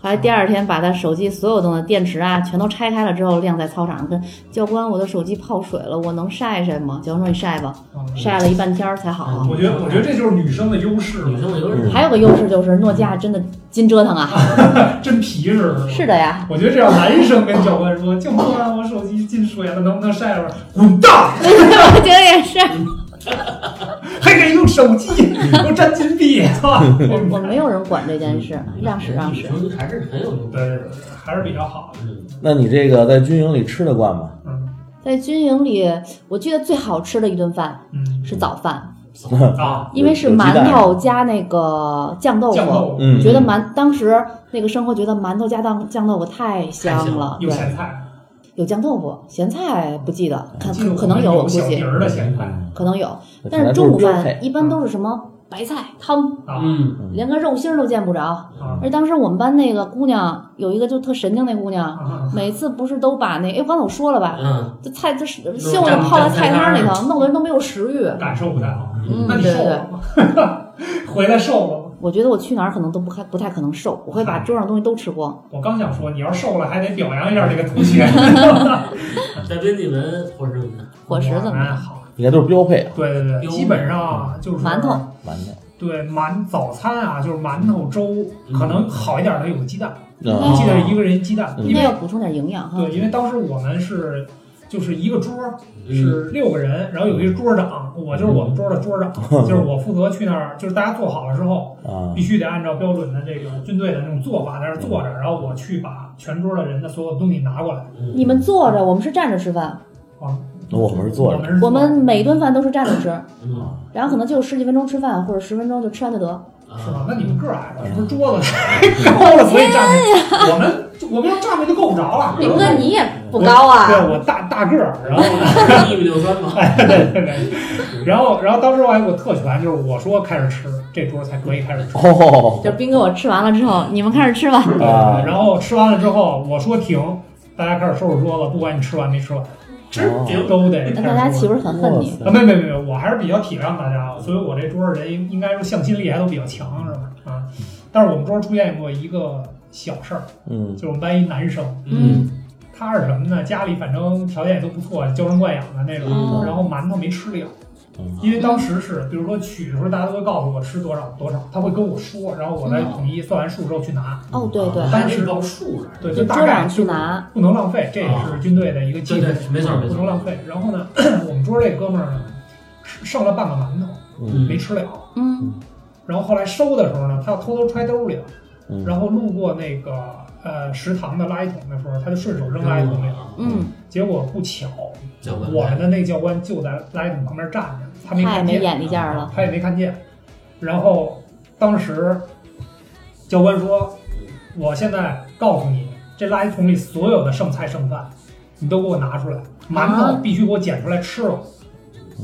Speaker 1: 后来第二天把他手机所有的电池啊全都拆开了之后晾在操场，跟教官我的手机泡水了，我能晒晒吗？教官说你晒吧，晒了一半天儿才好。
Speaker 2: 啊我觉得，我觉得这就是女生的优势，
Speaker 4: 女生的优势，
Speaker 1: 还有个优势就是诺基亚真的金折腾啊，
Speaker 2: 真皮实。
Speaker 1: 是的呀，
Speaker 2: 我觉得这要男生跟教官说，教官，我手机进水了，能不能晒会儿？滚蛋！
Speaker 1: 我觉得也是，
Speaker 2: 还敢用手机，都沾金币，是吧？
Speaker 1: 我我没有人管这件事，让使让
Speaker 4: 嗯女
Speaker 1: 使。
Speaker 4: 生还是很有用。
Speaker 2: 对，还是比较好的。
Speaker 4: 嗯，
Speaker 3: 那你这个在军营里吃得惯吗？
Speaker 2: 嗯
Speaker 1: 在军营里，我记得最好吃的一顿饭
Speaker 2: 嗯
Speaker 1: 是早饭，
Speaker 2: 啊，
Speaker 1: 因为是馒头加那个酱豆
Speaker 2: 酱
Speaker 1: 腐，
Speaker 2: 豆腐
Speaker 3: 嗯，
Speaker 1: 觉得馒当时那个生活觉得馒头加酱酱豆腐太香了，
Speaker 2: 有
Speaker 1: 对，
Speaker 2: 咸菜，
Speaker 1: 有酱豆腐，咸菜不记得，可
Speaker 2: 记得
Speaker 1: 可能
Speaker 2: 有
Speaker 1: 有，我估
Speaker 2: 小
Speaker 1: 计
Speaker 2: 碟儿的咸菜。
Speaker 1: 可能有，
Speaker 3: 嗯
Speaker 1: 但是中午
Speaker 3: 看来都是标配
Speaker 1: 饭一般都是什么白菜汤，
Speaker 2: 啊
Speaker 4: 嗯
Speaker 1: 连个肉心儿都见不着。
Speaker 2: 啊
Speaker 1: 而当时我们班那个姑娘有一个就特神经那姑娘，
Speaker 2: 啊！
Speaker 1: 每次不是都把那哎，刚才我说了吧，
Speaker 4: 嗯，
Speaker 1: 这菜这是袖子泡在菜汤里头，弄得人都没有食欲。
Speaker 2: 感受不太好。
Speaker 1: 嗯
Speaker 2: 那，你
Speaker 1: 对
Speaker 2: 瘦
Speaker 1: 对
Speaker 2: 了，吗？回来瘦了吗？
Speaker 1: 我觉得我去哪儿可能都不太不太可能瘦，我会把桌上东西都吃光。
Speaker 2: 我刚想说，你要瘦了还得表扬一下这个同学。
Speaker 4: 嘉宾你们伙食怎么样？
Speaker 1: 伙食怎么
Speaker 2: 我们
Speaker 1: 样？
Speaker 2: 好？
Speaker 3: 应该都是标配啊，
Speaker 2: 对对对，
Speaker 4: 有
Speaker 2: 基本上啊就是
Speaker 1: 馒头，
Speaker 3: 馒头。
Speaker 2: 对馒早餐啊，就是馒头粥，
Speaker 4: 嗯
Speaker 2: 可能好一点的有个鸡蛋，
Speaker 3: 啊
Speaker 1: 嗯
Speaker 2: 记得一个人鸡蛋，
Speaker 3: 嗯
Speaker 2: 因
Speaker 1: 应该
Speaker 2: 为
Speaker 1: 要补充点营养哈
Speaker 2: 对，。因为当时我们是。就是一个桌儿
Speaker 3: 嗯
Speaker 2: 是六个人，然后有一个桌长，我就是我们桌的桌长，
Speaker 3: 嗯
Speaker 2: 就是我负责去那儿，就是大家做好了之后，
Speaker 3: 啊
Speaker 2: 必须得按照标准的这个军队的那种做法在那儿坐着，然后我去把全桌的人的所有东西拿过来。
Speaker 4: 嗯
Speaker 1: 你们坐着，我们是站着吃饭，
Speaker 2: 啊，
Speaker 3: 我们是坐着
Speaker 2: 我们是
Speaker 1: 我
Speaker 2: 坐着
Speaker 1: 们每顿饭都是站着吃，
Speaker 4: 嗯
Speaker 1: 然后可能就有十几分钟吃饭，或者十分钟就吃完就得。
Speaker 2: 是吧
Speaker 4: 啊？，
Speaker 2: 那你们个儿矮
Speaker 1: [laughs]
Speaker 2: 了，是不是桌子 [laughs] 太高了，所以站着？我们我们要站着就够不着了。
Speaker 1: 林哥，你也不
Speaker 2: 我
Speaker 1: 高啊，
Speaker 2: 对我大大个儿，然
Speaker 1: [laughs]
Speaker 4: 然
Speaker 2: 后
Speaker 4: [laughs] 后一米六三嘛，
Speaker 2: 对对对，然后然后当时我还有个特权，就是我说开始吃，这桌才可以开始吃。
Speaker 3: 哦
Speaker 1: 就是斌哥我吃完了之后，你们开始吃吧。
Speaker 3: 啊
Speaker 2: 然后吃完了之后，我说停，大家开始收拾桌子，不管你吃完没吃完，
Speaker 4: 直
Speaker 3: 哦
Speaker 4: 顶
Speaker 2: 都得
Speaker 1: 嗯那
Speaker 2: 开始
Speaker 1: 大家岂
Speaker 2: 收拾。
Speaker 1: 不是很恨你？
Speaker 2: 啊，没没没，我还是比较体谅大家的，所以我这桌儿人应应该说向心力还都比较强，是吧？啊，但是我们桌儿出现过一个小事儿，
Speaker 3: 嗯
Speaker 2: 就是我们班一男生，
Speaker 4: 嗯
Speaker 2: 他是什么呢？家里反正条件也都不错，娇生惯养的那种。
Speaker 1: 嗯
Speaker 2: 然后馒头没吃了，
Speaker 3: 嗯
Speaker 2: 因为当时是，比如说取的时候，大家都会告诉我吃多少多少，他会跟我说，然后我再统一算完数之后去拿。
Speaker 1: 哦，对对，
Speaker 4: 还啊是报数呢，
Speaker 2: 对，
Speaker 1: 就
Speaker 2: 大
Speaker 1: 桌
Speaker 2: 概
Speaker 1: 长去
Speaker 2: 就是
Speaker 1: 拿。
Speaker 2: 不能浪费，这也是军队的一个
Speaker 4: 对
Speaker 2: 纪律，
Speaker 4: 对，没错没
Speaker 2: 不能
Speaker 4: 错，
Speaker 2: 浪费。然后呢，我们桌这哥们儿呢，吃剩了半个馒头没
Speaker 4: 嗯
Speaker 2: 吃了，
Speaker 1: 嗯，
Speaker 2: 然后后来收的时候呢，他偷偷揣兜里了，
Speaker 3: 嗯
Speaker 2: 然后路过那个呃食堂的垃圾桶的时候，他就顺手扔垃圾桶里了。
Speaker 1: 嗯，
Speaker 2: 结果不巧，
Speaker 4: 教官
Speaker 2: 我们的那教官就在垃圾桶旁边站着，他没
Speaker 1: 太
Speaker 2: 看
Speaker 1: 没
Speaker 2: 见，
Speaker 1: 眼力见儿了。
Speaker 2: 他也没看见。然后当时教官说：“我现在告诉你，这垃圾桶里所有的剩菜剩饭，你都给我拿出来，馒头
Speaker 1: 啊
Speaker 2: 必须给我捡出来吃了。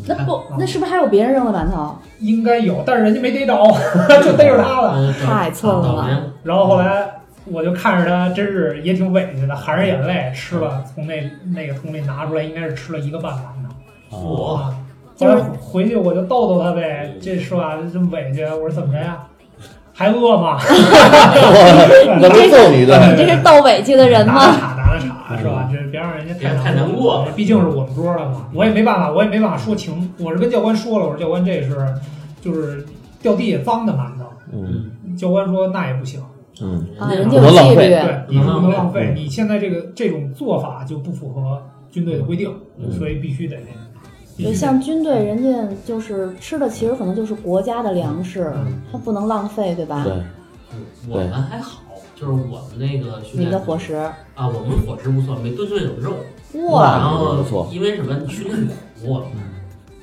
Speaker 1: 那不，那是不是还有别人扔的馒头？
Speaker 2: 应该有，但是人家没逮着， [laughs] 就逮着他了。
Speaker 4: 嗯
Speaker 1: 太蹭
Speaker 4: 倒
Speaker 1: 了。
Speaker 4: 霉
Speaker 2: 然后后来。”我就看着他，真是也挺委屈的，含着眼泪吃了，从那那个桶里拿出来，应该是吃了一个半馒头。
Speaker 3: 啊
Speaker 4: 我
Speaker 2: 啊，后
Speaker 1: 就是
Speaker 2: 来回去我就逗逗他呗，这是吧？这么委屈，我说怎么着呀？还饿吗？
Speaker 3: [laughs] 我那不是揍你一顿
Speaker 2: 哎
Speaker 1: 你这是斗委屈的人
Speaker 2: 打打
Speaker 1: 吗？
Speaker 2: 岔打打岔是吧？这别让人家
Speaker 4: 别
Speaker 2: 太
Speaker 4: 太难过了
Speaker 2: 毕竟是我们桌的嘛。我也没办法，我也没办法说情。我是跟教官说了，我说教官这是就是掉地下脏的馒头。
Speaker 3: 嗯
Speaker 2: 教官说那也不行，
Speaker 3: 嗯
Speaker 1: 啊，
Speaker 4: 人
Speaker 1: 人
Speaker 4: 家
Speaker 1: 家有
Speaker 3: 不能
Speaker 1: 纪
Speaker 3: 浪费
Speaker 1: 律。
Speaker 2: 对，你不能浪费，
Speaker 3: 嗯
Speaker 2: 你现在这个这种做法就不符合军队的规定，
Speaker 3: 嗯
Speaker 2: 所以必须得。必须
Speaker 1: 对，
Speaker 2: 得
Speaker 1: 像军队，人家就是吃的，其实可能就是国家的粮食
Speaker 2: 嗯，
Speaker 1: 它不能浪费，对吧？
Speaker 3: 对
Speaker 4: 嗯我们还好，就是我们那个训
Speaker 1: 你
Speaker 4: 练
Speaker 1: 的伙食，
Speaker 4: 啊，我们伙食不错，每顿顿有肉，
Speaker 1: 哇，
Speaker 4: 然
Speaker 3: 那
Speaker 4: 后
Speaker 3: 不错
Speaker 4: 因为什么训练苦，我们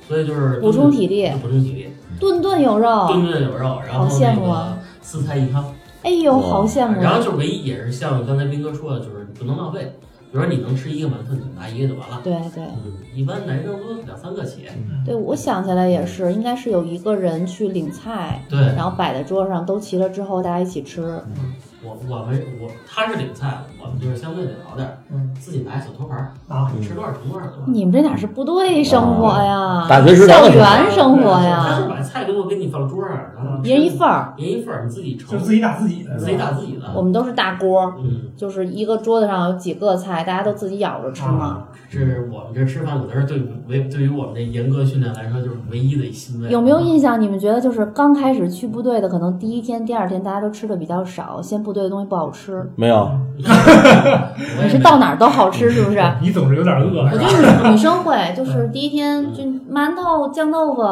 Speaker 4: 所以就是
Speaker 1: 补充体力
Speaker 4: 对，补充体力，
Speaker 1: 顿顿有肉
Speaker 4: 顿，顿有肉，然后
Speaker 1: 好羡慕啊
Speaker 4: 那个四菜一汤。
Speaker 1: 哎呦，好羡慕
Speaker 4: 然后
Speaker 1: 啊！
Speaker 4: 就是唯一也是像刚才斌哥说的，就是不能浪费。比如说你能吃一个馒头，你拿一个就完了。
Speaker 1: 对对
Speaker 4: 嗯，一般男生都两三个起。
Speaker 1: 对，我想起来也是，应该是有一个人去领菜，
Speaker 4: 对
Speaker 1: 然后摆在桌上，都齐了之后大家一起吃。
Speaker 4: 我，我们我他是领菜，我们就是相对得好点儿，
Speaker 2: 嗯
Speaker 4: 自己拿小托盘儿，
Speaker 2: 啊，
Speaker 4: 吃多少盛多少就完了。
Speaker 1: 你们这哪是部队生活呀？
Speaker 3: 啊大学食堂
Speaker 1: 校
Speaker 3: 的时候
Speaker 1: 园生活
Speaker 4: 他是
Speaker 1: 呀，
Speaker 4: 把菜给我给你放桌上，然后
Speaker 1: [laughs] 一人一份儿。
Speaker 4: 人一份儿，你自己盛
Speaker 2: 就，自己打自己的，
Speaker 4: 自己打自己的。
Speaker 1: 我们都是大锅，
Speaker 4: 嗯，
Speaker 1: 就是一个桌子上有几个菜，大家都自己咬着吃嘛。
Speaker 4: 这是我们这吃饭可能是对唯对于我们这严格训练来说就是唯一的一欣慰。
Speaker 1: 有没有
Speaker 4: [laughs]
Speaker 1: 印象？你们觉得就是刚开始去部队的，可能第一天、第二天大家都吃的比较少，嫌部队的东西不好吃。
Speaker 3: 没有
Speaker 4: 我
Speaker 1: 你
Speaker 4: 也
Speaker 1: 是
Speaker 4: 没
Speaker 1: 到哪儿都好吃，
Speaker 4: 嗯
Speaker 1: 是不是？
Speaker 2: 你总是有点饿，
Speaker 1: 我
Speaker 2: 是
Speaker 1: 觉
Speaker 2: 吧？
Speaker 4: [laughs]
Speaker 1: 得女女生会，就是第一
Speaker 4: 嗯
Speaker 1: 天就馒头、酱豆腐，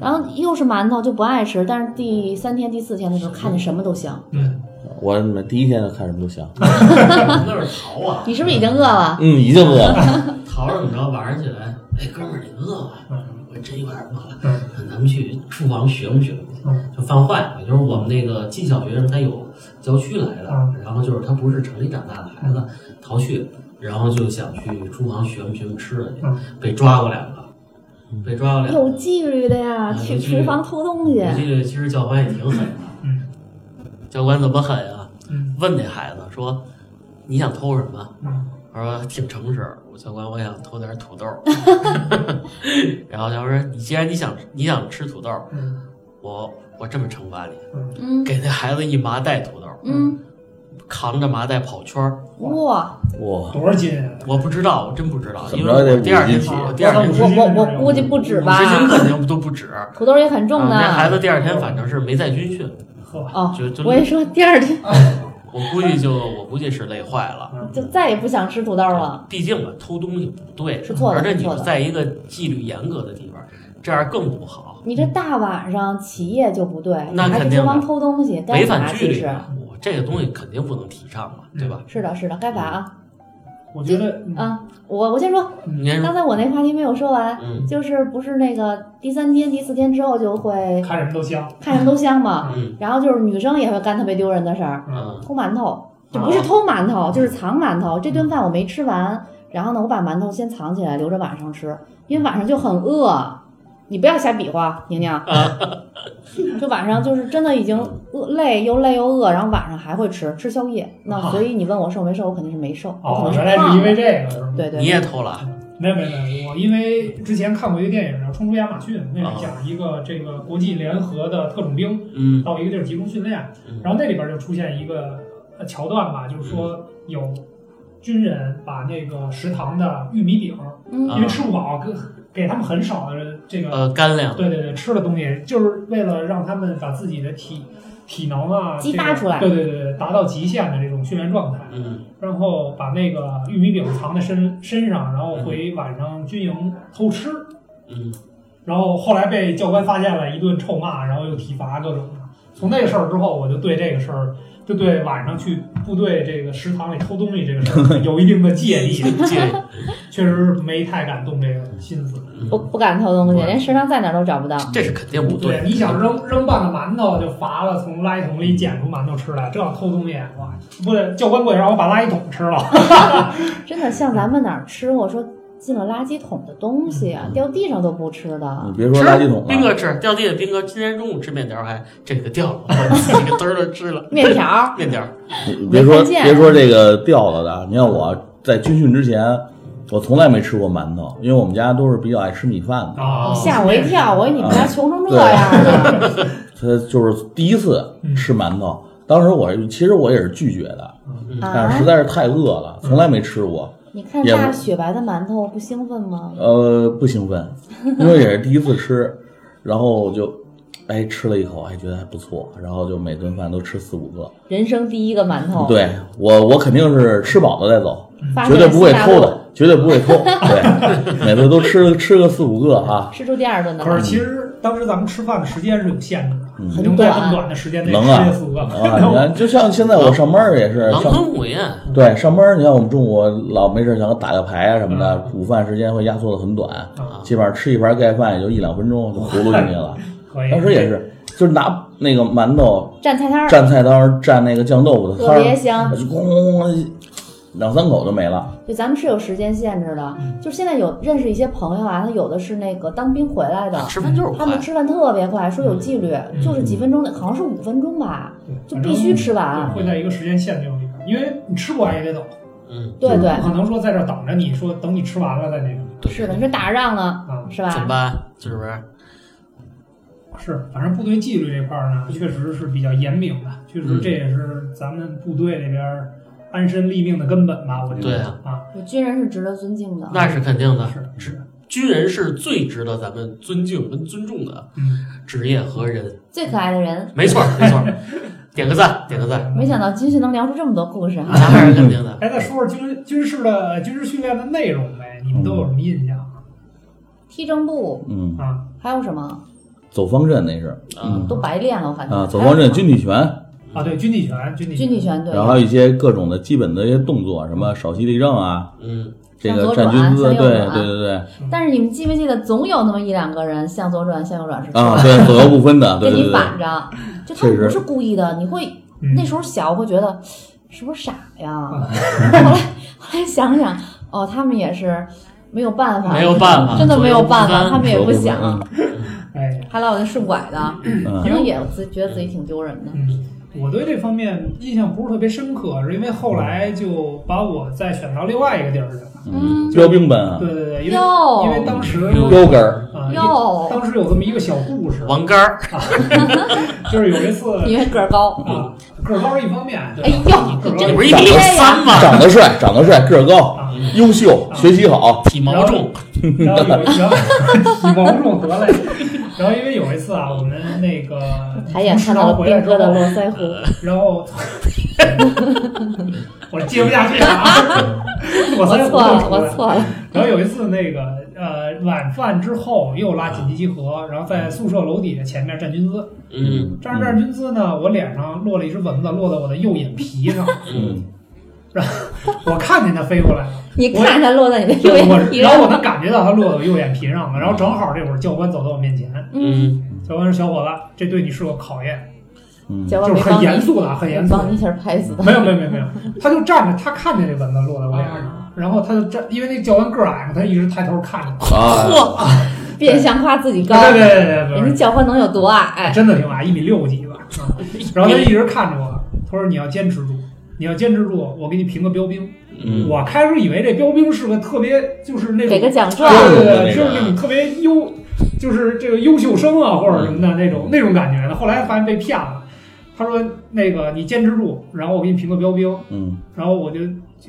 Speaker 1: 然后又是馒头就不爱吃，但是第三天、第四天的时候看见什么都香。
Speaker 2: 嗯，
Speaker 3: 我你们第一天就看什么都香，
Speaker 4: 那是逃啊，
Speaker 1: 你是不是已经饿了？
Speaker 3: 嗯，已经饿了，
Speaker 4: 逃着怎么着？晚上起来，哎，哥们儿，你饿吗？我说真有点饿了，
Speaker 2: 嗯
Speaker 4: 咱们去厨房学不学？
Speaker 2: 嗯
Speaker 4: 就犯坏了，就是我们那个技校学生，他有郊区来的，
Speaker 2: 嗯
Speaker 4: 然后就是他不是城里长大的孩子，逃学，然后就想去厨房学不学吃的去，
Speaker 2: 嗯
Speaker 4: 被抓过来了。被抓到两
Speaker 1: 有
Speaker 4: 个，
Speaker 1: 纪律的呀，
Speaker 4: 嗯有
Speaker 1: 去
Speaker 4: 纪律
Speaker 1: 厨房偷东西
Speaker 4: 我，记得其实教官也挺狠的。
Speaker 2: 嗯
Speaker 4: 教官怎么狠啊？
Speaker 2: 嗯
Speaker 4: 问那孩子说：“你想偷什么？”
Speaker 2: 嗯
Speaker 4: 我说挺诚实，我教官，我想偷点土豆。
Speaker 1: [laughs]
Speaker 4: [laughs] 然后教官说：“你既然你想你想吃土豆，
Speaker 2: 嗯
Speaker 4: 我我这么惩罚你，
Speaker 1: 嗯
Speaker 4: 给那孩子一麻袋土豆，
Speaker 1: 嗯，
Speaker 4: 扛着麻袋跑圈儿。
Speaker 1: 哇，
Speaker 3: 哇，
Speaker 2: 多少斤啊？
Speaker 4: 我不知道，我真不知道，
Speaker 3: 怎
Speaker 4: 因
Speaker 3: 么
Speaker 4: 为
Speaker 3: 着也
Speaker 4: 我
Speaker 3: 得
Speaker 4: 第二
Speaker 3: 五斤
Speaker 4: 天
Speaker 3: 起
Speaker 4: 跑，我第
Speaker 1: 我
Speaker 4: 二天
Speaker 2: 五
Speaker 4: 跑
Speaker 2: 十斤
Speaker 1: 我我
Speaker 2: 那
Speaker 1: 我
Speaker 2: 边有
Speaker 1: 估计不止吧
Speaker 4: 五十，斤肯定都不止。
Speaker 1: 土豆也很 [laughs] 重
Speaker 4: 嗯
Speaker 1: 的。
Speaker 4: 那孩子第二天反正是没在军训，
Speaker 2: 呵，
Speaker 1: 哦
Speaker 4: 就就，
Speaker 1: 我也说第二天
Speaker 4: 我估计就我估计是累坏了。
Speaker 2: 啊
Speaker 1: 就再也不想吃土豆了。
Speaker 4: 啊毕竟吧，偷东西不对，
Speaker 1: 是错的
Speaker 4: 而且
Speaker 1: 是
Speaker 4: 你
Speaker 1: 错的
Speaker 4: 们在一个纪律严格的地方，这样更不好，
Speaker 1: 你这大晚上起夜就不对，你
Speaker 4: 那
Speaker 1: 还
Speaker 4: 肯
Speaker 1: 去
Speaker 4: 定
Speaker 1: 厨
Speaker 4: 的
Speaker 1: 房偷东西，该
Speaker 4: 违
Speaker 1: 罚
Speaker 4: 反纪
Speaker 1: 其
Speaker 4: 律
Speaker 1: 实。
Speaker 4: 啊。我这个东西肯定不能提倡嘛，
Speaker 1: 嗯
Speaker 4: 对吧？
Speaker 1: 是的，是的，该罚啊
Speaker 2: 我觉得嗯
Speaker 1: 啊！我我先说，
Speaker 4: 你先说
Speaker 1: 刚才我那话题没有说完，
Speaker 4: 嗯
Speaker 1: 就是不是那个第三天、第四天之后就会
Speaker 2: 看什么都香。
Speaker 1: 看什么都香嘛，
Speaker 4: 嗯
Speaker 1: 然后就是女生也会干特别丢人的事儿，
Speaker 4: 嗯
Speaker 1: 偷馒
Speaker 2: 啊
Speaker 1: 头，就不是偷馒头，就是藏馒头。这顿饭我没吃完，然后呢，我把馒头先藏起来，留着晚上吃，因为晚上就很饿。你不要瞎比划，宁宁，
Speaker 2: 啊
Speaker 1: [laughs] 就晚上就是真的已经饿累又累又饿，然后晚上还会吃吃宵夜。那所以你问我瘦没瘦，我肯定是没瘦，我可
Speaker 2: 哦
Speaker 1: 能，
Speaker 2: 原来
Speaker 1: 胖
Speaker 2: 是因为
Speaker 1: 了。
Speaker 2: 这个是吗？
Speaker 1: 对对，
Speaker 4: 你也偷了，
Speaker 2: 没有没有没有，我因为之前看过一个电影叫《冲出亚马逊》，那
Speaker 4: 啊
Speaker 2: 是讲一个这个国际联合的特种兵
Speaker 4: 嗯
Speaker 2: 到一个地儿集中训练，
Speaker 4: 嗯
Speaker 2: 然后那里边就出现一个呃桥段吧，就是说有军人把那个食堂的玉米饼，
Speaker 4: 啊
Speaker 1: 嗯
Speaker 2: 因为吃不饱，给给他们很少的这个，
Speaker 4: 呃，干粮，
Speaker 2: 对对对，吃的东西，就是为了让他们把自己的体体能啊
Speaker 1: 激发
Speaker 2: 这个
Speaker 1: 出来
Speaker 2: 对对对，达到极限的这种训练状态。
Speaker 4: 嗯
Speaker 2: 然后把那个玉米饼藏在身身上，然后回晚上军营偷吃，
Speaker 4: 嗯，
Speaker 2: 然后后来被教官发现了，一顿臭骂，然后又体罚各种的。从那个事儿之后，我就对这个事儿，就对晚上去部队这个食堂里偷东西这个事儿有一定的戒意，
Speaker 4: 这
Speaker 2: [laughs] 确实没太敢动这个心思。
Speaker 1: 不
Speaker 4: 嗯
Speaker 1: 不敢偷东西，
Speaker 4: 不
Speaker 1: 连食堂在哪儿都找不
Speaker 2: [laughs]
Speaker 1: 到。
Speaker 4: 这是肯定不
Speaker 2: 对，
Speaker 4: 对。
Speaker 2: 你想扔扔半个馒头就罚了，从垃圾桶里捡出馒头吃来，这要偷东西，哇！不对，教官不得让我把垃圾桶吃了。
Speaker 1: 真的像咱们哪儿吃过说进了垃圾桶的东西
Speaker 2: 嗯
Speaker 1: 啊，掉地上都不吃
Speaker 3: 你
Speaker 1: 的。
Speaker 3: 别说
Speaker 4: 吃
Speaker 3: 垃圾桶啊
Speaker 4: 斌
Speaker 3: 了，
Speaker 4: 哥吃掉地下，斌哥今天中午吃面条还这个
Speaker 1: [laughs]
Speaker 4: 掉了，我自己给嘚儿的吃了
Speaker 1: 面条儿，
Speaker 4: 面条，
Speaker 3: 你别说
Speaker 1: 没看见
Speaker 3: 别说这个掉了的，你看我在军训之前，我从来没吃过馒头，因为我们家都是比较爱吃米饭的，
Speaker 4: 哦
Speaker 1: 哦
Speaker 2: 啊
Speaker 1: 吓我一跳，我以为你们家穷成这样
Speaker 3: [laughs]
Speaker 1: 呢。
Speaker 3: 所以就是第一次
Speaker 1: 嗯
Speaker 3: 吃馒头。当时我其实我也是拒绝的，但是
Speaker 1: 啊
Speaker 3: 实，在是太饿了，从来没吃过，
Speaker 1: 你看大雪白的馒头不兴奋吗？
Speaker 3: 呃，不兴奋，因为也是第一次吃，然后我就，哎，吃了一口，还觉得还不错，然后就每顿饭都吃四五个。
Speaker 1: 人生第一个馒头，
Speaker 3: 对我，我肯定是吃饱了再走，
Speaker 1: 嗯发现
Speaker 3: 绝对不会
Speaker 1: 新大陆
Speaker 3: 偷的，绝对不会
Speaker 1: [laughs]
Speaker 3: 偷。对，每次都吃吃个四五个啊，
Speaker 1: 吃出第二顿的
Speaker 2: 可
Speaker 1: 来
Speaker 2: 是。其实当时咱们吃饭的时间是有限制的，
Speaker 3: 嗯
Speaker 2: 能在这么短的时间内
Speaker 3: 能
Speaker 2: 吃
Speaker 3: 啊
Speaker 2: 这四个。
Speaker 3: 啊，你看，就像现在我上班儿也是
Speaker 4: 狼
Speaker 3: 上。
Speaker 4: 吞虎咽，
Speaker 3: 对，上班儿你看我们中午老没事儿想打个牌啊什么的，午饭时间会压缩的很短，
Speaker 2: 啊，
Speaker 3: 基本上吃一盘盖饭也就一两分钟就葫芦进去
Speaker 4: [laughs]
Speaker 3: 了。
Speaker 2: 可以。
Speaker 3: 当时也是，就是拿那个馒头
Speaker 1: 蘸菜摊儿
Speaker 3: 蘸菜刀蘸那个酱豆腐的
Speaker 1: 特
Speaker 3: 汤
Speaker 1: 别
Speaker 3: 儿，
Speaker 1: 香，
Speaker 3: 就咣咣咣，两三口就没了。
Speaker 1: 就咱们是有时间限制的。就现在有认识一些朋友啊，他有的是那个当兵回来的，
Speaker 4: 吃饭就是
Speaker 1: 他们
Speaker 4: 快，
Speaker 1: 吃饭特别快，说有纪律，
Speaker 2: 嗯
Speaker 1: 就是几分钟的，好像是五分钟吧，
Speaker 2: 对
Speaker 1: 就必须啊吃
Speaker 2: 反正
Speaker 1: 完。
Speaker 2: 会在一个时间限定里边，因为你吃不完也得走，
Speaker 4: 嗯，
Speaker 1: 对对，
Speaker 2: 不可能说在这儿等着你说等你吃完了再那个
Speaker 4: 对，
Speaker 1: 是的，你说打着仗呢，
Speaker 2: 啊。
Speaker 1: 是
Speaker 4: 怎
Speaker 1: 吧？啊
Speaker 4: 么办？是不是？
Speaker 2: 是，反正部队纪律这块儿呢，确实是比较严明的，确
Speaker 4: 嗯
Speaker 2: 实这也是咱们部队这边儿安身立命的根本吧，我觉得。
Speaker 4: 对啊
Speaker 2: 啊，
Speaker 1: 军人是值得尊敬的。
Speaker 4: 那是肯定的，
Speaker 2: 是是，
Speaker 4: 军人是最值得咱们尊敬跟尊重的
Speaker 2: 嗯，
Speaker 4: 职业和人，
Speaker 1: 最可爱的人，
Speaker 4: 没错儿，
Speaker 2: [laughs]
Speaker 4: 没错儿，点个赞，点个赞，嗯
Speaker 1: 没想到军训能聊出这么多故事啊！
Speaker 4: 那是肯定的。
Speaker 2: 嗯哎，再说说军军事的军事训练的内容呗，你们都有什么印象啊？
Speaker 1: 踢正步，
Speaker 3: 嗯，
Speaker 2: 啊
Speaker 1: 还有什么
Speaker 3: 走方阵那是，
Speaker 4: 嗯
Speaker 3: 嗯
Speaker 1: 都白练了，我感觉。
Speaker 3: 啊，走方阵、
Speaker 1: 还有什
Speaker 3: 军体拳，
Speaker 2: 啊，对，军体拳，军
Speaker 1: 么
Speaker 2: 体
Speaker 1: 军体拳对，嗯
Speaker 3: 然后还有一些各种的基本的一些动作，什么手膝立正啊，
Speaker 4: 嗯，
Speaker 3: 这
Speaker 1: 向
Speaker 3: 个
Speaker 1: 左
Speaker 3: 站
Speaker 1: 转
Speaker 3: 军姿，
Speaker 1: 向右
Speaker 3: 对
Speaker 1: 转啊
Speaker 3: 对对对，
Speaker 1: 但是你们记没记得，总有那么一两个人向左转向右转是错
Speaker 3: 啊，
Speaker 1: 的，
Speaker 3: 对左右不分的，对
Speaker 1: 跟
Speaker 3: 对
Speaker 1: 你
Speaker 3: 对，
Speaker 1: 反着，就他们
Speaker 3: 确实
Speaker 1: 不是故意的，你会
Speaker 2: 嗯
Speaker 1: 那时候小会觉得
Speaker 4: 嗯
Speaker 1: [laughs] 是不是傻呀？后来后来想想，哦，他们也是没有办法，
Speaker 4: 没有办法，
Speaker 1: 真的没有办
Speaker 4: 左
Speaker 1: 法，
Speaker 4: 右不分
Speaker 1: 他们也不想。
Speaker 3: 嗯
Speaker 2: 哎，
Speaker 1: 还老有那顺拐的，可
Speaker 3: 嗯
Speaker 1: 能也自觉得自己挺丢人的。
Speaker 2: 嗯，我对这方面印象不是特别深刻，是因为后来就把我再选到另外一个地儿去了。
Speaker 1: 嗯，
Speaker 3: 标兵班啊，
Speaker 2: 对对对，因为因为
Speaker 1: 哟
Speaker 2: 当时
Speaker 3: 标杆儿，
Speaker 2: 啊，有
Speaker 1: 哟，
Speaker 2: 当时有这么一个小故事，
Speaker 4: 王杆儿，
Speaker 2: 就是有
Speaker 1: [laughs]
Speaker 2: 一次
Speaker 1: 因为个儿高，
Speaker 2: 啊，个儿高是一方面，
Speaker 1: 哎
Speaker 2: 对吧？
Speaker 1: 呦，
Speaker 2: 个儿高
Speaker 4: 这
Speaker 2: 一
Speaker 4: 不是一米六三吗？
Speaker 3: 长得帅，长得帅，个儿高，
Speaker 2: 啊，
Speaker 3: 优秀，学习好，
Speaker 4: 体毛重，
Speaker 2: 然后有然后 [laughs] 你王重何来？然后因为有一次啊，我们那
Speaker 1: [laughs]
Speaker 2: 个
Speaker 1: 抬眼看到了
Speaker 2: 回来
Speaker 1: 斌
Speaker 2: 之后
Speaker 1: 哥的络腮胡，
Speaker 2: 然后 [laughs] 我接不下去了
Speaker 1: [laughs]
Speaker 2: 啊，我
Speaker 1: 我
Speaker 2: 才
Speaker 1: 错了，我错了。
Speaker 2: 然后有一次那个呃晚饭之后又拉紧急集合，然后在宿舍楼底下前面站军姿。
Speaker 4: 嗯
Speaker 2: 站着站着军姿呢，我脸上落了一只蚊子，落在我的右眼皮上，
Speaker 4: 嗯，
Speaker 2: 我看见它飞过来了，
Speaker 1: 你看它落在你的
Speaker 2: 就
Speaker 1: 右
Speaker 2: 我
Speaker 1: 眼皮
Speaker 2: 然后我
Speaker 1: 上，
Speaker 2: 能感觉到它落到我右眼皮上了。然后正好这会儿教官走到我面前，
Speaker 4: 嗯，
Speaker 2: 教官说：“小伙子，这对你是个考验，
Speaker 3: 嗯
Speaker 1: 结果
Speaker 2: 就
Speaker 1: 没
Speaker 2: 是很
Speaker 1: 帮
Speaker 2: 严
Speaker 1: 你，
Speaker 2: 肃的啊，很严
Speaker 1: 没
Speaker 2: 肃的
Speaker 1: 帮。你一下拍死”它。
Speaker 2: 没有没有没有没有，他就站着，他看见这蚊子落在我脸
Speaker 1: 啊
Speaker 2: 上，然后他就站，因为那教官个儿矮嘛，他一直抬头看着我。
Speaker 3: 啊，
Speaker 4: 嚯，
Speaker 1: 变相夸自己高，
Speaker 2: 对对对对对，
Speaker 1: 人家嗯教官能有多哎矮？
Speaker 2: 真的挺矮，一米六几吧。然后他一直看着我，他说：“你要坚持住，你要坚持住，我给你评个标兵。
Speaker 3: 嗯
Speaker 2: 我开始以为这标兵是个特别，就是那
Speaker 1: 给
Speaker 2: 种，
Speaker 1: 个奖状，
Speaker 2: 对对
Speaker 3: 那
Speaker 2: 对，
Speaker 3: 个
Speaker 2: 就是那种特别优，就是这个优秀生啊或者什么的那
Speaker 3: 嗯
Speaker 2: 种那种感觉的。后来发现被骗了。他说：“那个你坚持住，然后我给你评个标兵。
Speaker 3: 嗯”
Speaker 2: 然后我就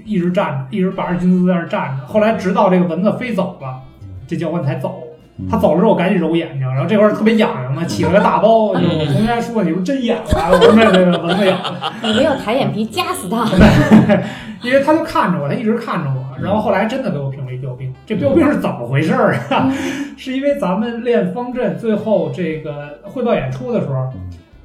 Speaker 2: 一直站着，一直拔着金丝在那儿站着。后来直到这个蚊子飞走了，这教官才走。
Speaker 3: 嗯
Speaker 2: 他走了之后，我赶紧揉眼睛，然后这块儿特别痒痒嘛，起了个大包。
Speaker 3: 嗯
Speaker 2: 就是我同学说：“你是不是真痒啊？”我说：“没有没有，没有蚊子痒。
Speaker 1: 你没有抬眼皮，夹死他！”
Speaker 2: 因为他就看着我，他一直看着我。然后后来真的给我评了一标兵。这标兵是怎么回事儿啊？ [laughs] 是因为咱们练方阵，最后这个汇报演出的时候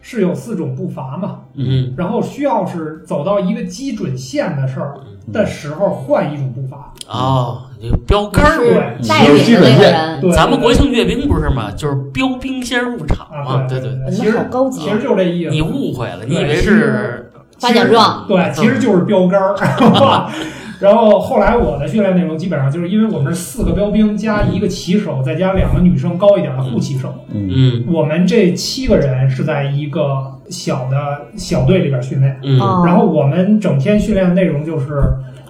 Speaker 2: 是有四种步伐嘛，
Speaker 4: 嗯
Speaker 2: 然后需要是走到一个基准线的事儿
Speaker 4: 嗯
Speaker 2: 的时候换一种步伐。
Speaker 4: 哦，这个标杆儿
Speaker 2: 对
Speaker 4: 嘛。
Speaker 1: 带领的那个人，
Speaker 2: 对，
Speaker 4: 咱们国庆阅兵不是吗？就是标兵先入场
Speaker 2: 啊
Speaker 4: 嘛。，
Speaker 2: 对
Speaker 4: 对对，
Speaker 2: 对，
Speaker 1: 你
Speaker 2: 其
Speaker 1: 们
Speaker 2: 实
Speaker 1: 好高级啊
Speaker 2: 其，实就是这意思。
Speaker 4: 你误会了，你以
Speaker 2: 对
Speaker 4: 为
Speaker 2: 其
Speaker 4: 是嗯
Speaker 2: 实
Speaker 1: 发奖状，
Speaker 2: 对，其实就是标杆儿。 [laughs] 然后后来我的训练内容基本上就是因为我们是四个标兵加一个旗手，再加两个女生高一点的护旗手。
Speaker 3: 嗯
Speaker 4: 嗯
Speaker 2: 我们这七个人是在一个小的小队里边训练，
Speaker 4: 嗯
Speaker 1: 哦
Speaker 2: 然后我们整天训练的内容就是。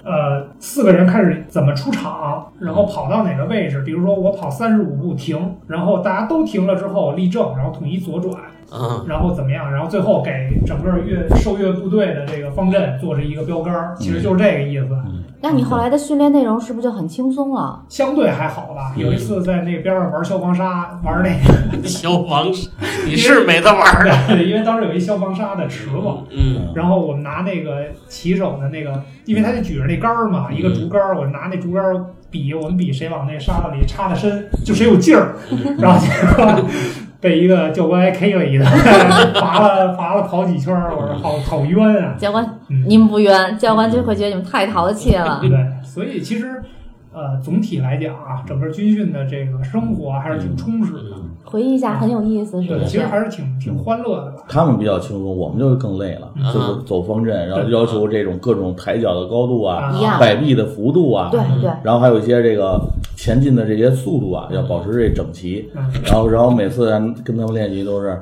Speaker 2: 呃，四个人开始怎么出场，然后跑到哪个位置？比如说我跑三十五步停，然后大家都停了之后立正，然后统一左转，
Speaker 4: 嗯
Speaker 2: 然后怎么样，然后最后给整个乐受乐部队的这个方阵做了一个标杆儿，其实就是这个意思，
Speaker 1: 那你后来的训练内容是不是就很轻松了？
Speaker 2: 相对还好吧。有一次在那边上玩消防沙，玩那
Speaker 4: 嗯，消防，你是没得玩儿的。
Speaker 2: 个，因为当时有一消防沙的池子。
Speaker 4: 嗯
Speaker 2: 然后我们拿那个骑手的那个，因为他就举着那杆儿嘛，一个竹竿儿，我拿那竹竿儿比，我们比谁往那沙子里插的深，就谁有劲
Speaker 4: [laughs]
Speaker 2: 儿。然后结果被一个教官 K 了一顿， [laughs] 罚了罚了跑几圈儿，我说好好冤啊！
Speaker 1: 教官，
Speaker 2: 嗯
Speaker 1: 你们不冤，教官就会觉得你们太淘气了。
Speaker 2: 对，所以其实，呃，总体来讲啊，整个军训的这个生活还是挺充实的，
Speaker 4: 嗯
Speaker 1: 回忆一下，很有意思，是不
Speaker 2: 对，其实
Speaker 1: 是？
Speaker 2: 还是挺挺欢乐的吧。
Speaker 3: 他们比较轻松，我们就更累了，
Speaker 4: 嗯
Speaker 3: 就是走方阵，然后要求这种各种抬脚的高度啊，
Speaker 1: 一样
Speaker 3: 摆臂的幅度啊，
Speaker 1: 对对，
Speaker 3: 然后还有一些这个前进的这些速度啊，要保持这整齐。
Speaker 2: 嗯
Speaker 3: 然后，然后每次跟他们练习都是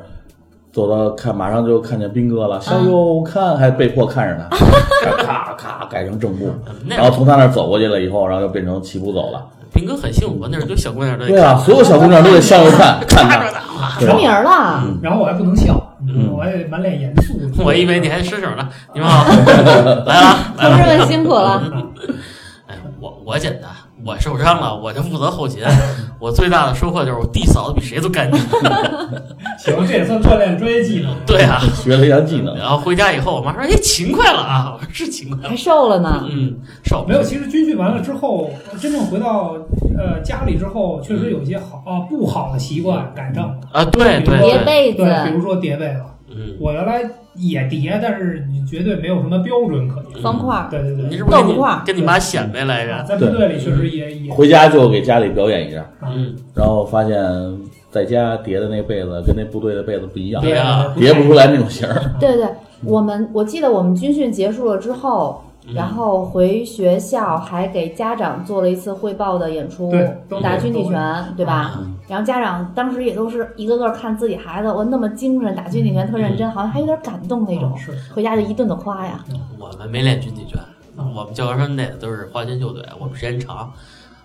Speaker 3: 走到看，马上就看见斌哥了，向右看，还被迫看着他，咔咔改成正步。然
Speaker 4: 那
Speaker 3: 后从他那儿走过去了以后，然后就变成齐步走了。
Speaker 4: 平哥很幸福，那是堆小姑娘都
Speaker 3: 对啊，所有小姑娘都得向右看，看啊他。
Speaker 1: 出名儿了，
Speaker 2: 然后我还不能笑，
Speaker 3: 嗯
Speaker 2: 我还得满脸严肃。
Speaker 4: [laughs] 我以为你还伸手呢，你
Speaker 3: [laughs]
Speaker 4: 们好，来了啊来
Speaker 1: 同
Speaker 4: 了。
Speaker 1: 志们辛苦了。
Speaker 2: 嗯
Speaker 4: 哎，我我简单，我受伤了，我就负责后勤。我最大的收获就是我弟扫的比谁都干净。
Speaker 2: 行，这也算锻炼专业技能。
Speaker 4: 对啊，
Speaker 3: 学了一项技能，
Speaker 4: 然后回家以后，我妈说：“哎，勤快了啊！”我说：“是勤快。
Speaker 1: 还瘦了”呢，
Speaker 4: 嗯，少
Speaker 2: 没有，其实军训完了之后，真正回到呃家里之后，确实有一些好啊、不好的习惯改正了。
Speaker 4: 啊，对
Speaker 1: 叠
Speaker 4: 对对，
Speaker 1: 嗯被子，
Speaker 2: 对，比如说叠被了，
Speaker 4: 嗯，
Speaker 2: 我原来也叠，但是你绝对没有什么标准可言。
Speaker 1: 方块儿，
Speaker 2: 对对
Speaker 4: 你
Speaker 2: 对
Speaker 4: 是不是跟
Speaker 1: 豆腐块
Speaker 4: 你跟你妈显摆来
Speaker 2: 啊，在
Speaker 4: 着？
Speaker 2: 部队里确实也也
Speaker 3: 回家就给家里表演一下，
Speaker 2: 啊
Speaker 4: 嗯，
Speaker 3: 然后发现在家叠的那被子跟那部队的被子不一样，
Speaker 4: 对啊
Speaker 2: 嗯
Speaker 3: 叠不出来那种型儿。
Speaker 1: 对对，我们我记得我们军训结束了之后，
Speaker 2: 嗯
Speaker 4: 嗯
Speaker 1: 然后回学校还给家长做了一次汇报的演出
Speaker 2: 对都，
Speaker 1: 哦打
Speaker 2: 有
Speaker 1: 军体
Speaker 2: 都有啊
Speaker 1: 拳，对吧？
Speaker 3: 嗯
Speaker 1: 然后家长当时也都是一个个看自己孩子，哇，那么精神，打军体拳特认真，好像还有点感动那种
Speaker 2: 嗯，是
Speaker 1: 回家就一顿的夸呀。
Speaker 4: 我们没练军体拳，我们教官生那都是花拳绣腿，我们时间长，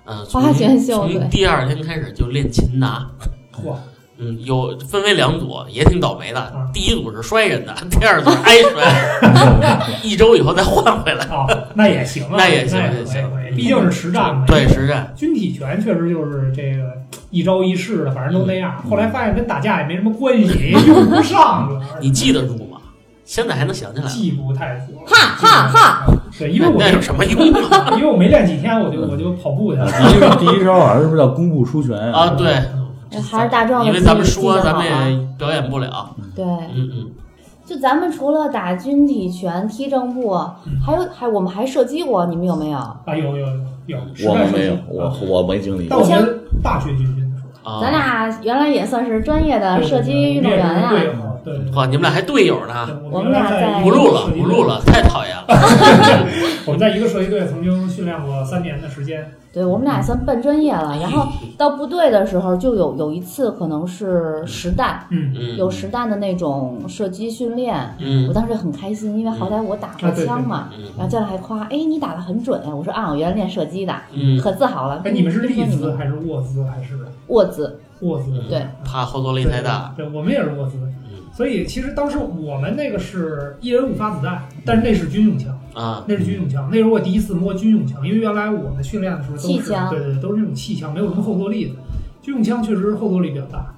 Speaker 4: 嗯、从
Speaker 1: 花拳绣腿
Speaker 4: 从第二天开始就练擒拿，
Speaker 2: 嚯，
Speaker 4: 嗯，有分为两组，也挺倒霉的
Speaker 2: 啊。
Speaker 4: 第一组是摔人的，第二组是挨摔， [laughs] 一周以后再换回来。
Speaker 2: 哦，那也行啊，
Speaker 4: [laughs] 那也行
Speaker 2: 那
Speaker 4: 也行
Speaker 2: 可以毕竟是实战嘛。
Speaker 4: 对，实战
Speaker 2: 军体拳确实就是这个一招一式的，反正都那样。
Speaker 4: 嗯
Speaker 2: 后来发现跟打架也没什么关系，用不上了，
Speaker 4: [laughs] 你记得住吗？现在还能想起来？
Speaker 2: 记不太住。
Speaker 1: 哈哈哈！
Speaker 2: 对，因为我
Speaker 4: 那有什 [laughs] 么用啊？
Speaker 2: 因为我没练几天，我就我就跑步去了。
Speaker 3: 第一个第一招好像是不是叫弓步出拳
Speaker 4: 啊，对，
Speaker 2: 嗯
Speaker 1: 还是大壮的
Speaker 4: 因为
Speaker 1: 记
Speaker 4: 咱们
Speaker 1: 记性
Speaker 4: 说咱
Speaker 1: 好
Speaker 4: 们
Speaker 1: 啊。
Speaker 4: 也表演不了。
Speaker 1: 对，
Speaker 4: 嗯嗯，
Speaker 1: 就咱们除了打军体拳、踢正步，还有还我们还射击过，你们有没有？
Speaker 2: 嗯啊，有有有，实
Speaker 3: 我
Speaker 2: 战
Speaker 3: 们没
Speaker 2: 射
Speaker 3: 有
Speaker 2: 击，
Speaker 3: 我
Speaker 2: 啊
Speaker 3: 我没经历
Speaker 2: 但
Speaker 3: 过
Speaker 2: 我。们大学军训的时候，
Speaker 4: 啊，
Speaker 1: 咱俩原来也算是专业的
Speaker 2: 对
Speaker 1: 射击运动员啊
Speaker 2: 我。们也是队友，对对。
Speaker 4: 哇，你们俩还队友呢？
Speaker 2: 对
Speaker 1: 我
Speaker 2: 我
Speaker 1: 们
Speaker 2: 们
Speaker 1: 俩
Speaker 2: 原来
Speaker 1: 在
Speaker 2: 在
Speaker 4: 不录了，不录
Speaker 2: 了。
Speaker 4: 了，太讨厌了。
Speaker 2: 我们在一个射击队曾经训练过三年的时间，
Speaker 1: 对，我们俩也算奔专业了。然后
Speaker 2: 嗯
Speaker 1: 到部队的时候，就有有一次可能是实弹，
Speaker 2: 嗯，
Speaker 4: 嗯
Speaker 1: 有实弹的那种射击训练。我
Speaker 4: 嗯
Speaker 1: 当时很开心，因为好歹我打过
Speaker 2: 啊对
Speaker 1: 枪嘛。
Speaker 4: 嗯
Speaker 1: 然后教练还夸：“哎，你打得很准啊！”我说：“啊，我原来练射击的，
Speaker 4: 嗯，
Speaker 1: 可自豪了。”
Speaker 2: 哎，你们是立
Speaker 1: 你
Speaker 2: 姿
Speaker 1: 们
Speaker 2: 还是卧姿还是
Speaker 1: 卧姿，
Speaker 2: 卧姿？
Speaker 1: 对
Speaker 4: 怕后嗯坐力太大。
Speaker 2: 对，我们也是卧姿
Speaker 4: 嗯。
Speaker 2: 所以其实当时我们那个是一人五发子弹，但是那是军用枪，
Speaker 4: 啊，
Speaker 2: 那是军用枪，那是我第一次摸军用枪，因为原来我们训练的时候都
Speaker 1: 气
Speaker 2: 是
Speaker 1: 枪
Speaker 2: 对对对，都是那种气枪，没有什么后坐力的。军用枪确实后坐力比较大。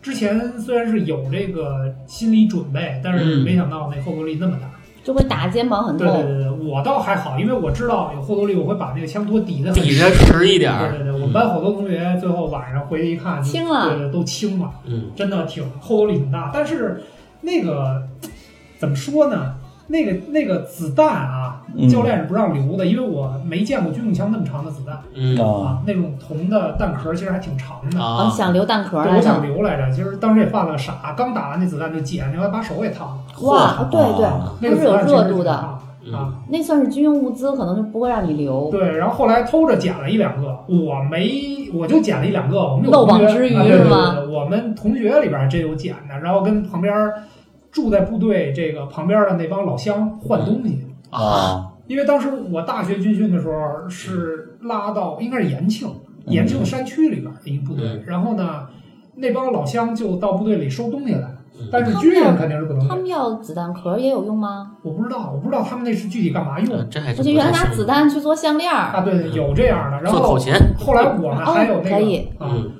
Speaker 2: 之前虽然是有这个心理准备，但是
Speaker 4: 嗯
Speaker 2: 没想到那后坐力那么大。
Speaker 1: 就会打肩膀很
Speaker 2: 对对
Speaker 1: 痛。
Speaker 2: 对对，我倒还好，因为我知道有后坐力，我会把那个枪托抵得很
Speaker 4: 底
Speaker 2: 实
Speaker 4: 下实一点
Speaker 2: 对
Speaker 4: 儿。嗯
Speaker 2: 对对，我们班好多同学最后晚上回去一看，
Speaker 1: 青了
Speaker 2: 对对，都青了，
Speaker 4: 嗯
Speaker 2: 真的挺后坐力挺大。但是那个怎么说呢？那个那个子弹啊，
Speaker 3: 嗯
Speaker 2: 教练是不让留的，因为我没见过军用枪那么长的子弹
Speaker 4: 嗯
Speaker 3: 啊，
Speaker 2: 啊，那种铜的弹壳其实还挺长的。
Speaker 1: 啊，
Speaker 4: 啊，
Speaker 1: 想留弹壳
Speaker 2: 对，我
Speaker 1: 来
Speaker 2: 想
Speaker 1: 着。
Speaker 2: 留来着，其实当时也犯了傻，刚打完那子弹就捡，然后把手给烫了。
Speaker 1: 哇，对对，
Speaker 3: 啊
Speaker 2: 哦那个
Speaker 1: 是
Speaker 2: 子
Speaker 1: 有
Speaker 2: 弹其实
Speaker 1: 热度
Speaker 2: 挺
Speaker 1: 的，
Speaker 2: 烫
Speaker 4: 嗯
Speaker 2: 啊，
Speaker 1: 那算是军用物资，可能就不会让你留。
Speaker 2: 对，然后后来偷着捡了一两个，我没，我就捡了一两个。我们有
Speaker 1: 漏网
Speaker 2: 同学
Speaker 1: 之鱼
Speaker 2: 啊对
Speaker 1: 是
Speaker 2: 对对
Speaker 1: 吗
Speaker 2: 对我们同学里边真有捡的，然后跟旁边儿住在部队这个旁边儿的那帮老乡换东西。
Speaker 3: 啊，
Speaker 2: 因为当时我大学军训的时候是拉到应该是延庆，
Speaker 3: 嗯
Speaker 2: 延庆山区里边儿的一个部队
Speaker 4: 嗯，
Speaker 2: 然后呢，那帮老乡就到部队里收东西来
Speaker 4: 嗯，
Speaker 2: 但是
Speaker 1: 他们
Speaker 2: 军
Speaker 1: 要
Speaker 2: 人肯定是不能
Speaker 1: 他
Speaker 2: 给。
Speaker 1: 们要子弹壳也有用吗？
Speaker 2: 我不知道，我不知道他们那是具体干嘛用的
Speaker 4: 嗯这还
Speaker 1: 我
Speaker 4: 是
Speaker 1: 就
Speaker 4: 不
Speaker 1: 原来
Speaker 4: 太
Speaker 1: 拿
Speaker 4: 行
Speaker 1: 子弹去做项链儿。
Speaker 2: 啊？对，对有这样的。然
Speaker 4: 做
Speaker 2: 后啊
Speaker 4: 口琴。
Speaker 2: 后来我们还有那
Speaker 1: 哦可
Speaker 2: 个
Speaker 1: 以
Speaker 2: 啊。
Speaker 4: 嗯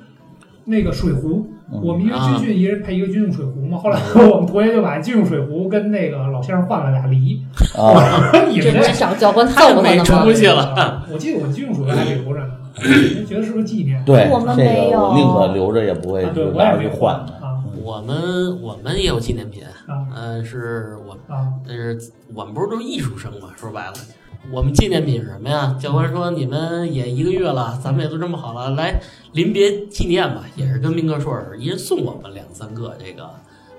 Speaker 2: 那个水壶，
Speaker 3: 嗯
Speaker 2: 我们因为军训一人配一个军用水壶嘛，后来 [laughs] 我们同学就把军用水壶跟那个老先生换了俩梨。 [laughs]
Speaker 3: 啊，
Speaker 2: 你
Speaker 1: 这
Speaker 2: 们
Speaker 1: 不是
Speaker 2: 这
Speaker 1: 找教官
Speaker 4: 太
Speaker 1: 揍过他
Speaker 4: 没
Speaker 1: 的
Speaker 4: 出
Speaker 1: 吗？
Speaker 4: 息了。
Speaker 2: 我记得我军用水壶还留着呢，就觉得是个纪念。
Speaker 3: 对，
Speaker 1: 我们没
Speaker 3: 这个
Speaker 1: 有
Speaker 3: 我宁可留着，也不会
Speaker 2: 啊，对，我
Speaker 3: 拿
Speaker 2: 也
Speaker 3: 出去
Speaker 2: 没
Speaker 3: 换的。
Speaker 2: 啊
Speaker 4: 我们我们也有纪念品，
Speaker 2: 啊
Speaker 4: 嗯，是我
Speaker 2: 啊！
Speaker 4: 但是我们不是都是艺术生嘛？说白了，我们纪念品是什么呀？教官说你们也一个月了，咱们也都这么好了，来临别纪念吧。也是跟斌哥说似的，一人送我们两三个这个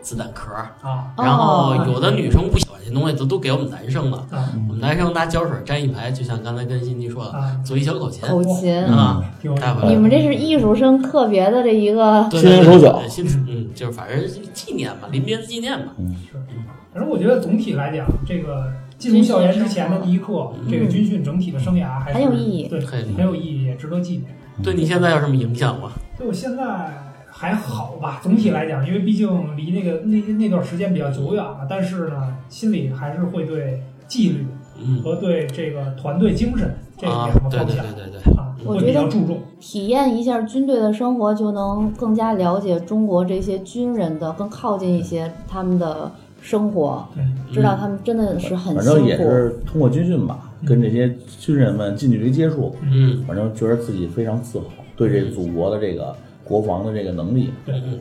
Speaker 4: 子弹壳儿，
Speaker 2: 啊
Speaker 1: 哦
Speaker 4: 然后有的女生不喜欢这东西，都都给我们男生了。
Speaker 2: 啊
Speaker 4: 我们男生拿胶水粘一排，就像刚才跟欣迪说的，
Speaker 2: 啊！
Speaker 4: 做一小口琴
Speaker 1: 口琴，
Speaker 4: 啊，
Speaker 3: 嗯
Speaker 2: 挺有意思
Speaker 4: 带回
Speaker 1: 你
Speaker 4: 来。
Speaker 1: 们这是艺术生特别的这一个，
Speaker 4: 对
Speaker 3: 心
Speaker 4: 对
Speaker 3: 灵手巧
Speaker 4: 对心嗯，就是反正纪念嘛，临别的纪念嘛。
Speaker 2: 反正我觉得总体来讲，这个进入校园之前的第一课，
Speaker 4: 嗯
Speaker 2: 这个军训整体的生涯还是
Speaker 1: 很有意义
Speaker 2: 对，
Speaker 4: 可以
Speaker 2: 很有意义，也值得纪念。
Speaker 4: 对你现在有什么影响吗？
Speaker 2: 对我现在还好吧，总体来讲，因为毕竟离那个那那段时间比较久远了，但是呢，心里还是会对纪律
Speaker 4: 嗯
Speaker 2: 和对这个团队精神这一
Speaker 4: 啊
Speaker 2: 点，
Speaker 4: 对
Speaker 2: 放
Speaker 4: 对
Speaker 2: 下
Speaker 4: 对对对，
Speaker 2: 啊，
Speaker 1: 我
Speaker 2: 会
Speaker 1: 觉得
Speaker 2: 比较注重。
Speaker 1: 体验一下军队的生活，就能更加了解中国这些军人的，更靠近一些他们的生活，
Speaker 2: 嗯，
Speaker 1: 知道他们真的是很
Speaker 3: 反
Speaker 1: 辛
Speaker 3: 正也
Speaker 1: 苦。
Speaker 3: 是通过军训吧，跟这些军人们近距离接触，
Speaker 4: 嗯。
Speaker 3: 反正觉得自己非常自豪，对这祖国的这个国防的这个能力，
Speaker 2: 对，
Speaker 4: 嗯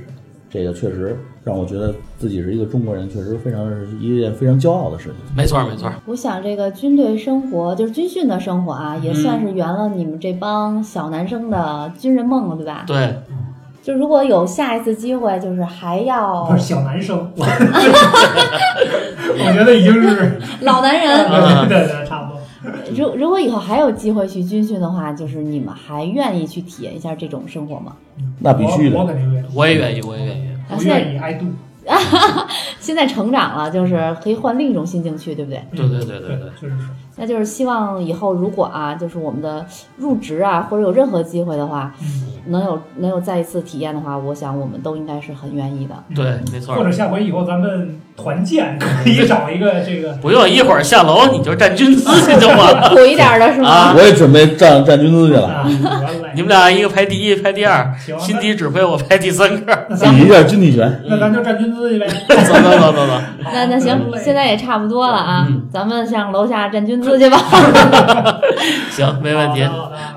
Speaker 3: 这个确实让我觉得自己是一个中国人，确实非常是一件非常骄傲的事情。
Speaker 4: 没错儿，没错儿。
Speaker 1: 我想这个军队生活，就是军训的生活啊，也
Speaker 4: 嗯
Speaker 1: 算是圆了你们这帮小男生的军人梦了，对吧？
Speaker 4: 对，
Speaker 1: 就如果有下一次机会，就是还要
Speaker 2: 不是小男生，我我觉得已经是
Speaker 1: 老男人
Speaker 2: [laughs]
Speaker 4: 啊
Speaker 2: 对对对，差不多。
Speaker 1: 如如果以后还有机会去军训的话，就是你们还愿意去体验一下这种生活吗？
Speaker 3: 那必须的
Speaker 2: 我我肯定愿意，
Speaker 4: 我也愿意，我也愿意。
Speaker 1: 啊
Speaker 2: 我
Speaker 1: 现在
Speaker 2: 愿意爱度。
Speaker 1: 现在成长了，就是可以换另一种心境去，对不对？
Speaker 4: 对对对
Speaker 2: 对
Speaker 4: 对对，
Speaker 2: 确实是。
Speaker 1: 那就是希望以后如果啊，就是我们的入职啊，或者有任何机会的话，能有能有再一次体验的话，我想我们都应该是很愿意的。
Speaker 4: 对，没
Speaker 2: 嗯
Speaker 4: 错
Speaker 2: 或。者下回以后咱们团建，可以找一个这个
Speaker 4: 不用一会儿下楼你就站军姿去就完了。
Speaker 1: 苦一点的是吗？
Speaker 4: 啊
Speaker 3: 我也准备站站军姿去了，
Speaker 2: 啊，原来
Speaker 4: 你们俩一个排第一，排第二，
Speaker 2: 行，
Speaker 4: 辛迪指挥我排第三个。
Speaker 2: 那咱
Speaker 3: 比一下军体拳。
Speaker 2: 那咱就站军姿去呗。
Speaker 4: [laughs] 走走走走走，
Speaker 1: 那那行，现在也差不多了啊，
Speaker 4: 嗯
Speaker 1: 咱们上楼下站
Speaker 4: [laughs]
Speaker 1: 军姿去吧。
Speaker 4: 行，没
Speaker 2: 没
Speaker 4: 问题。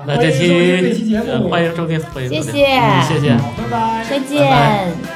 Speaker 4: 那
Speaker 2: 这
Speaker 4: 这期
Speaker 2: 这期节目，
Speaker 4: 呃欢迎收听，欢迎收
Speaker 1: 谢
Speaker 4: 听，
Speaker 1: 谢，
Speaker 4: 嗯谢谢。
Speaker 2: 好，拜拜，
Speaker 1: 再见。
Speaker 4: 拜